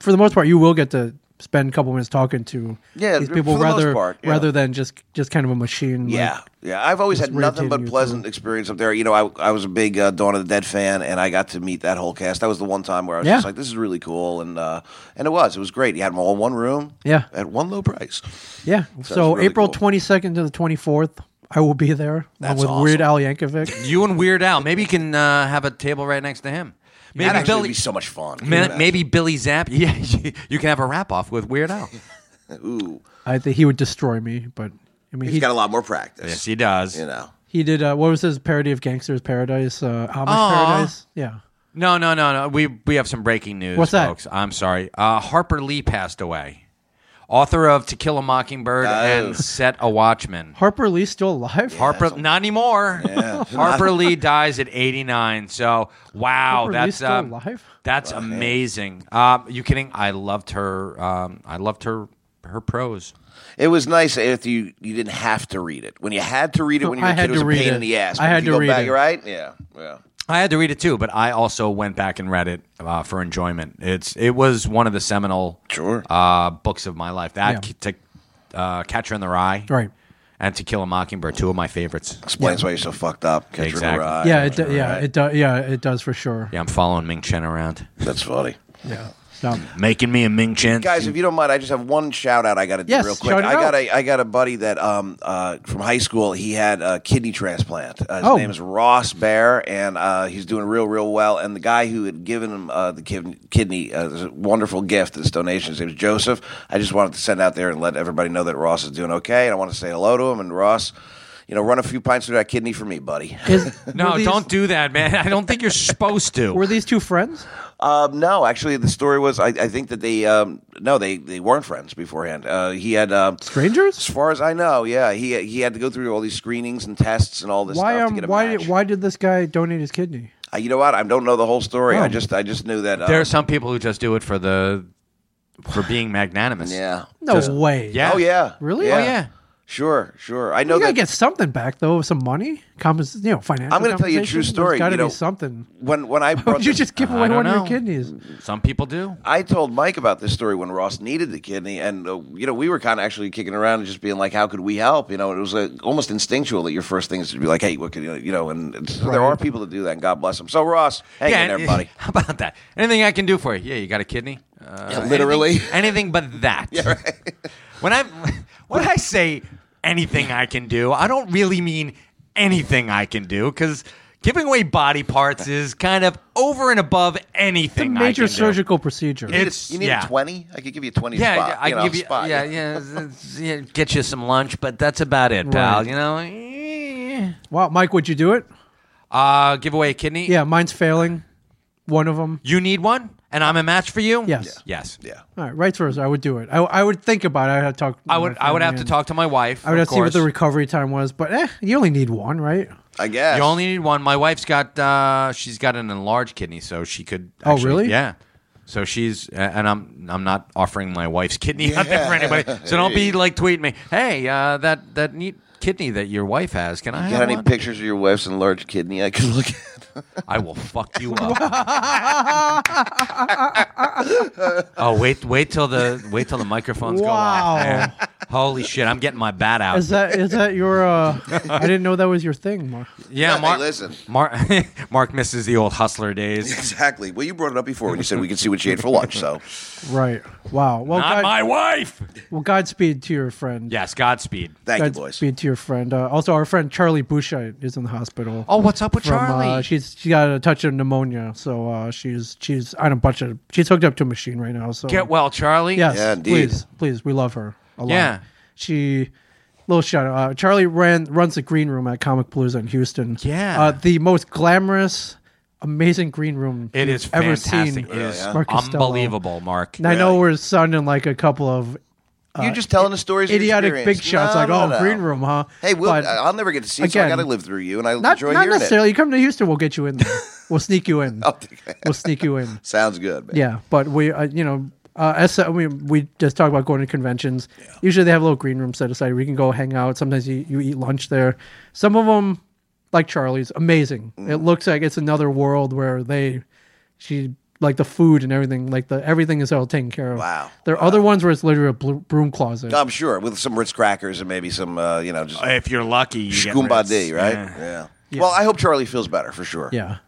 for the most part, you will get to spend a couple minutes talking to Yeah, these for people the most rather part, yeah. rather than just just kind of a machine. like- Yeah, yeah. I've always just had nothing rotating but you pleasant experience up there. You know, I, I was a big uh, Dawn of the Dead fan, and I got to meet that whole cast. That was the one time where I was Yeah. just like, "This is really cool," and uh, and it was. It was great. You had them all in one room. Yeah. at one low price. yeah. Sounds So, really April cool. twenty second to the twenty fourth, I will be there along That's with Weird Al Yankovic. you and Weird Al. Maybe you can uh, have a table right next to him. Maybe That actually Billy, would be so much fun. Can you ma- imagine? maybe Billy Zapp. [LAUGHS] Yeah, you can have a wrap off with Weird [LAUGHS] Al. Ooh, I think he would destroy me, but I mean he's he got a lot more practice. yes, he does. You know, he did uh, what was his parody of Gangsters Paradise? Uh, Amish Aw. Paradise? Yeah. No, no, no, no. We we have some breaking news, What's that? folks. I'm sorry. Uh, Harper Lee passed away, author of To Kill a Mockingbird and Set a Watchman. Harper Lee's still alive? Harper, not anymore. Harper Lee dies at 89. So wow, Harper Lee's that's still um, alive? That's amazing. Um, you kidding? I loved her. Um, I loved her. Her prose. it was nice if you you didn't have to read it. When you had to read it when you were I a had kid, it was to a read pain it. in the ass. I But if had you to go read back, it. Right? Yeah, yeah. I had to read it too, but I also went back and read it uh, for enjoyment. It's it was one of the seminal Sure. uh, books of my life. That Yeah. to, uh, Catcher in the Rye, Right. and To Kill a Mockingbird, two of my favorites. Explains why you're so fucked up. Catcher in the Exactly. Rye. yeah, it, do- yeah, it does. Yeah, it does for sure. Yeah, I'm following Ming Chen around, [LAUGHS] That's funny. So- making me a Ming Chen. guys, if you don't mind, I just have one shout out I got to do Yes, real quick. shout it I got out. a I got a buddy that um uh from high school. He had a kidney transplant. Uh, his Oh. name is Ross Bear, and uh, he's doing real real well. And the guy who had given him uh, the kid- kidney, uh, this wonderful gift, this donation, his name is Joseph. I just wanted to send out there and let everybody know that Ross is doing okay, and I want to say hello to him. And Ross, you know, run a few pints through that kidney for me, buddy. [LAUGHS] Is, [LAUGHS] no, were these- don't do that, man. [LAUGHS] I don't think you're supposed to. Were these two friends? Um, no, actually, the story was I, I think that they um, no they they weren't friends beforehand. Uh, he had um, As Strangers? far as I know, yeah, he he had to go through all these screenings and tests and all this Why? stuff to Um, get a why? match. Did, why did this guy donate his kidney? Uh, you know what? I don't know the whole story. Oh. I just I just knew that. Uh, there are some people who just do it for the for being magnanimous. yeah. No way. Yeah. Oh yeah. Really? Yeah. Oh, yeah. Sure. Sure. I know You gotta that. get something back though, some money, compens- you know, financial. I'm gonna tell you a true compensation. story, There's gotta you know, be something. when [LAUGHS] when I Why brought would Oh, you this- just give I away don't one of know. your kidneys? Some people do. I told Mike about this story when Ross needed the kidney, and uh, you know we were kind of actually kicking around and just being like, "How could we help?" You know, it was uh, almost instinctual that your first thing is to be like, "Hey, what could you you know?" And it's- there are people that do that, and God bless them. So Ross, hang in there, and- [LAUGHS] buddy. [LAUGHS] How about that? Anything I can do for you? Yeah, you got a kidney? Uh, anything- literally. Anything, but that. [LAUGHS] [LAUGHS] when I when I say anything I can do, I don't really mean anything I can do because giving away body parts is kind of over and above It's a anything. I major can do. surgical procedure. It- You need a- It's- you need yeah. a twenty. I could give you a twenty Yeah, spot. yeah, I you know, give you. spot. yeah, yeah, it's- it's- yeah, Get you some lunch, but that's about it, pal. You Eh. know. wow, Mike, would you do it? Uh, give away a kidney. Yeah, mine's failing. One of them. You need one, and I'm a match for you. Yes. Yeah. Yes. Yeah. All right, right first, I would do it. I, I would think about it. I would talk. I would. I would have to talk to my wife. I would of have to see what the course. recovery time was, but eh, you only need one, right? I guess. You only need one. My wife's got uh, she's got an enlarged kidney, so she could. Oh, actually- really? Yeah. So she's and I'm I'm not offering my wife's kidney out there for anybody. So don't [LAUGHS] be like tweeting me, hey, uh, that that neat kidney that your wife has. Can I got have any one? pictures of your wife's enlarged kidney I can look at? I will fuck you up. [LAUGHS] oh wait, wait till the wait till the microphones go off. Wow. man. Holy shit! I'm getting my bat out. Is that is that your? Uh, I didn't know that was your thing, Mark. Yeah, Hey, Mark. listen. Mark, [LAUGHS] Mark misses the old [LAUGHS] hustler days. Exactly. Well, you brought it up before when you said we could see what she ate for lunch. So Right. Wow. Well, Not Oh, God, my wife. well, Godspeed to your friend. Yes, Godspeed. thank you, boys. Godspeed to your friend. Uh, also, our friend Charlie Bouchard is in the hospital. Oh, what's up with from, Charlie? Uh, she's she got a touch of pneumonia, so uh, she's she's on a bunch of she's hooked up to a machine right now. So Get well, Charlie. Yes, Yeah, indeed. please, please, we love her a lot. Yeah. she. Little shout out. Uh, Charlie ran runs the green room at Comic Blues in Houston. Yeah. uh, the most glamorous, amazing green room It you've is ever seen. fantastic. It is Mark Costello. unbelievable, Mark. And I know we're sounding like a couple of You're just telling the stories. of your uh, idiotic big experience. shots, No, like no, oh, no. green room, huh? Hey, we'll, uh, But I'll never get to see. it, so I again, got to live through you, and I not enjoy not hearing [LAUGHS] Oh. necessarily. You come to Houston, we'll get you in. There. we'll sneak you in. it. We'll sneak you in. Sounds good. Man. Yeah, but we, uh, you know, uh, as I mean, we just talk about going to conventions. Usually they have a little green room set aside. where you can go hang out. Sometimes you, you eat lunch there. Some of them, like Charlie's, amazing. Mm. It looks like it's another world where they, she like the food and everything, like the everything is all taken care of. Wow. There are other ones where it's literally a blo- broom closet. I'm sure with some Ritz crackers and maybe some, uh, you know, just If you're lucky, you get Goomba Ritz. D, right? Yeah. Yeah. Well, I hope Charlie feels better for sure. Yeah.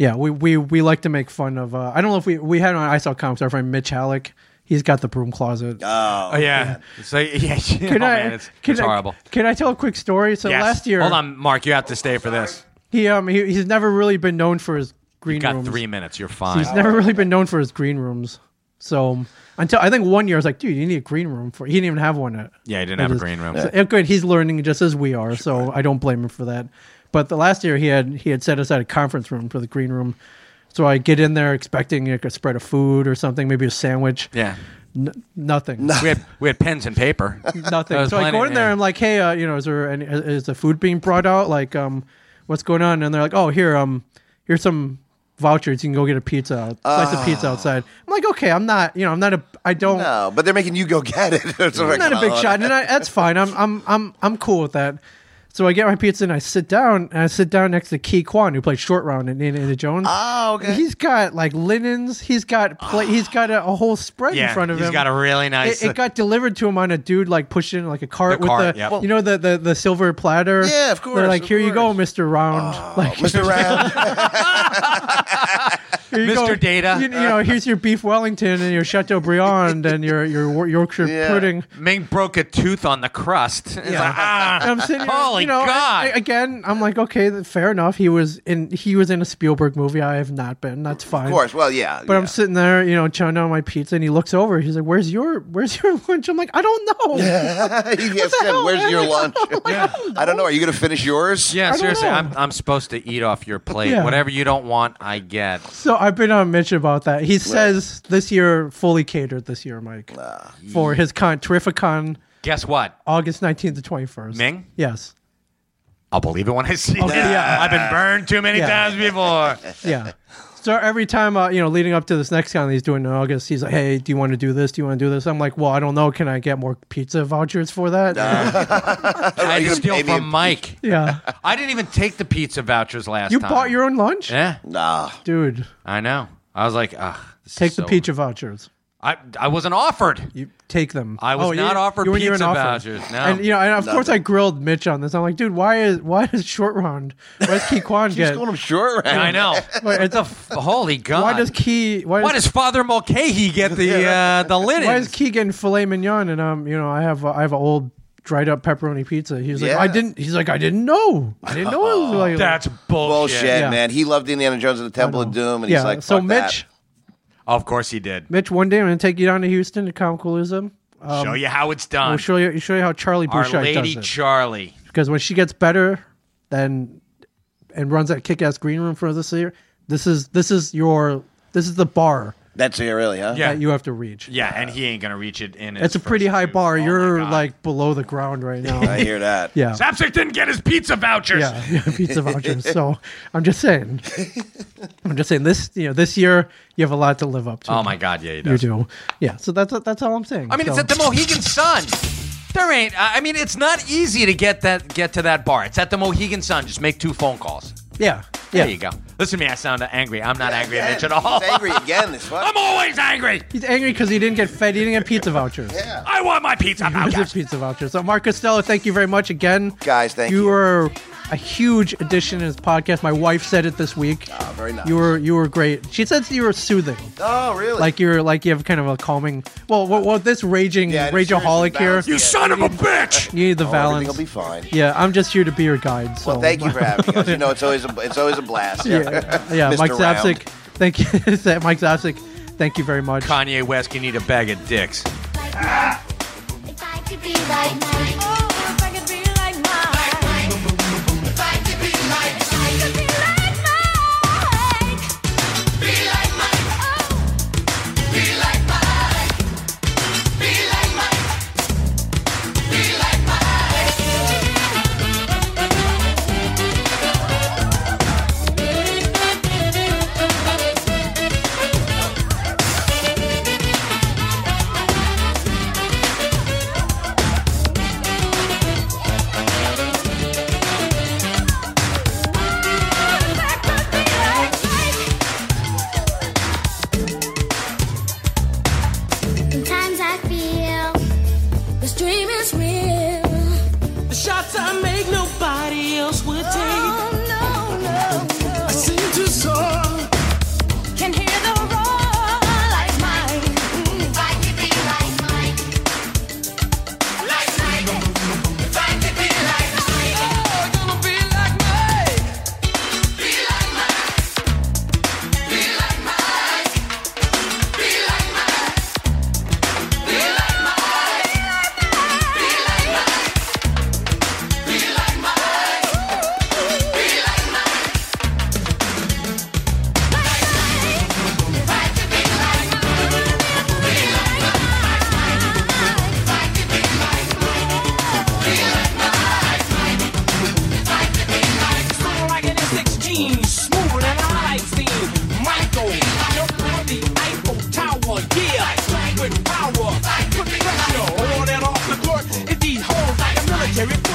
Yeah, we, we, we like to make fun of. Uh, I don't know if we we had on I saw comics our friend Mitch Halleck. He's got the broom closet. Oh, Oh yeah. So [LAUGHS] yeah, oh, man, it's, can it's I- horrible. Can I tell a quick story? So Yes. last year, hold on, Mark. You have to stay for this. He um he, he's never really been known for his green You got rooms. three minutes. You're He's fine. never really been known for his green rooms. So um, until I think one year I was like, dude, you need a green room for. He didn't even have one. At, Yeah, he didn't at have a his- green room. So, and good, he's learning just as we are. So I don't blame him for that. But the last year he had he had set aside a conference room for the green room. So I get in there expecting like a spread of food or something, maybe a sandwich. [LAUGHS] [LAUGHS] Yeah. Nothing. We had we had pens and paper. There nothing. was So I plenty, go in there. yeah. I'm like, hey, uh, you know, is there any, is is the food being brought out? Like, um, what's going on? And they're like, oh, here, um, here's some vouchers. You can go get a pizza, a slice of pizza outside. I'm like, okay, I'm not, you know, I'm not a, I don't, No, but they're making you go get it. [LAUGHS] It's like, I'm not a big oh, shot, and I, that's fine. I'm, I'm, I'm, I'm cool with that. So I get my pizza and I sit down, and I sit down next to Key Kwan, who played short round in Indiana Jones. Oh, okay. Ah. He's got like linens. He's got pla he's got a, a whole spread Yeah, in front of he's him. got a really nice- uh, It, it got delivered to him on a dude like pushing like a cart The with cart, the yep. you know the, the the silver platter. Yeah, of They're course, like, of here you go, course." Oh, Mister Round. [LAUGHS] like Mr. Round. here you go. Mr. Data. You, you know, here's your beef Wellington and your Chateaubriand and your your Wor- [LAUGHS] Yorkshire Yeah. pudding. Ming broke a tooth on the crust. It's Yeah. like, ah. And I'm sitting here, Holy you know, and- God. and again, I'm like, okay, th- fair enough. He was in he was in a Spielberg movie. I have not been. That's fine. of course. Well, yeah. But yeah. I'm sitting there, you know, chowing down my pizza, and he looks over. He's like, "Where's your Where's your [LAUGHS] lunch?" I'm like, "I don't know." [LAUGHS] he asked him, hell, "Where's man? your Like, lunch?" I don't know. Are you going to finish yours? Yeah, don't seriously, know. I'm, I'm supposed to eat off your plate. Yeah. Whatever you don't want, I get. So I've been on Mitch about that. He says this year fully catered this year, Mike, Uh, for his con Terrificon, Guess what? August 19th to 21st. Ming? Yes. I'll believe it when I see it. Oh, yeah. I've been burned too many Yeah. times before. Yeah. So every time, uh, you know, leading up to this next con he's doing in August, he's like, "Hey, do you want to do this? Do you want to do this?" I'm like, "Well, I don't know. Can I get more pizza vouchers for that?" I you had to gonna steal pay me from in- Mike. [LAUGHS] Yeah. I didn't even take the pizza vouchers last You time. bought your own lunch, Yeah, Nah. dude. I know. I was like, ugh. this is Take so- the pizza vouchers. I, I wasn't offered. You Oh, take them. I was not offered weren't even pizza offered. vouchers, no. And you know, and of course I grilled Mitch on this. I'm like, dude, why is why is short round? Why does [LAUGHS] Key Kwan He's get? calling him [LAUGHS] short round. I know. Wait, it's a f- holy god. Why does Key? Why, Why does, does Father Mulcahy get the uh, the linens? why is Key getting filet mignon? And um, you know, I have uh, I have an old dried up pepperoni pizza. He's like, Yeah. I didn't. He's like, I didn't know. I didn't know [LAUGHS] it was like That's bullshit. Bullshit, Yeah. man. He loved Indiana Jones and the Temple of Doom, and yeah. he's like, so "Fuck that." Mitch, Of course he did. Mitch, one day I'm gonna take you down to Houston to Comicalism. Um, Show you how it's done. We'll show you show you how Charlie Our Bouchard Lady does it. Charlie. because when she gets better then and runs that kick-ass green room for this year this is this is your this is the bar That's it, really, huh? Yeah. that you have to reach Yeah, and he ain't gonna reach it in. his it's a pretty first high two. bar Oh my you're God. like below the ground right now [LAUGHS] I hear that. yeah Zapsik didn't get his pizza vouchers. yeah, [LAUGHS] yeah [LAUGHS] pizza vouchers so i'm just [LAUGHS] saying i'm just saying this you know this year you have a lot to live up to Oh my God, yeah, he you does. do yeah so that's that's all i'm saying I mean, it's So- at the Mohegan Sun. There ain't. I I mean, it's not easy to get that get to that bar. It's at the Mohegan Sun. Just make two phone calls. yeah yeah There you go. Listen to me. I sound angry. I'm not angry at Mitch at all. He's [LAUGHS] angry again. This fuck. [LAUGHS] I'm always angry. He's angry because he didn't get fed. He didn't get pizza vouchers. Yeah. I want my pizza. He was a pizza voucher. So, Mark Costello, thank you very much again. Guys, thank you. you. were a huge addition to this podcast. My wife said it this week. Ah, very nice. You were you were great. She said you were soothing. Oh, really? Like you're like you have kind of a calming. Well, what, what this raging Yeah, it's rageaholic serious here. You son of a bitch. You need the Oh, balance. Everything will be fine. yeah, I'm just here to be your guide. So Well, thank you [LAUGHS] for having us. You know, it's always a, it's always a blast. [LAUGHS] yeah, yeah. Mr. Mike Round. Zapsik, thank you. [LAUGHS] Mike Zapsik, thank you very much. Kanye West, you need a bag of dicks. If I could be like Mike. Oh. Sometimes I feel this dream is real. The shots I make, nobody else would take. Oh no, no, no. I seem to soar. Can hear the roar like mine. If I could be like mine. Like mine. If I could be like mine. Oh, gonna be like Mike. Be like mine. Be like mine. Be like mine. Be like mine. Be like mine. Be like mine. Be like mine. If I could be like mine. Be like mine. If I could be like mine. Be like mine. If I could be like mine. Smooth like an Essex jean, smooth and I like steam. Michael, jump on the Eiffel Tower, yeah. With power, pressure on and off the court. It these hoes like a military Oh,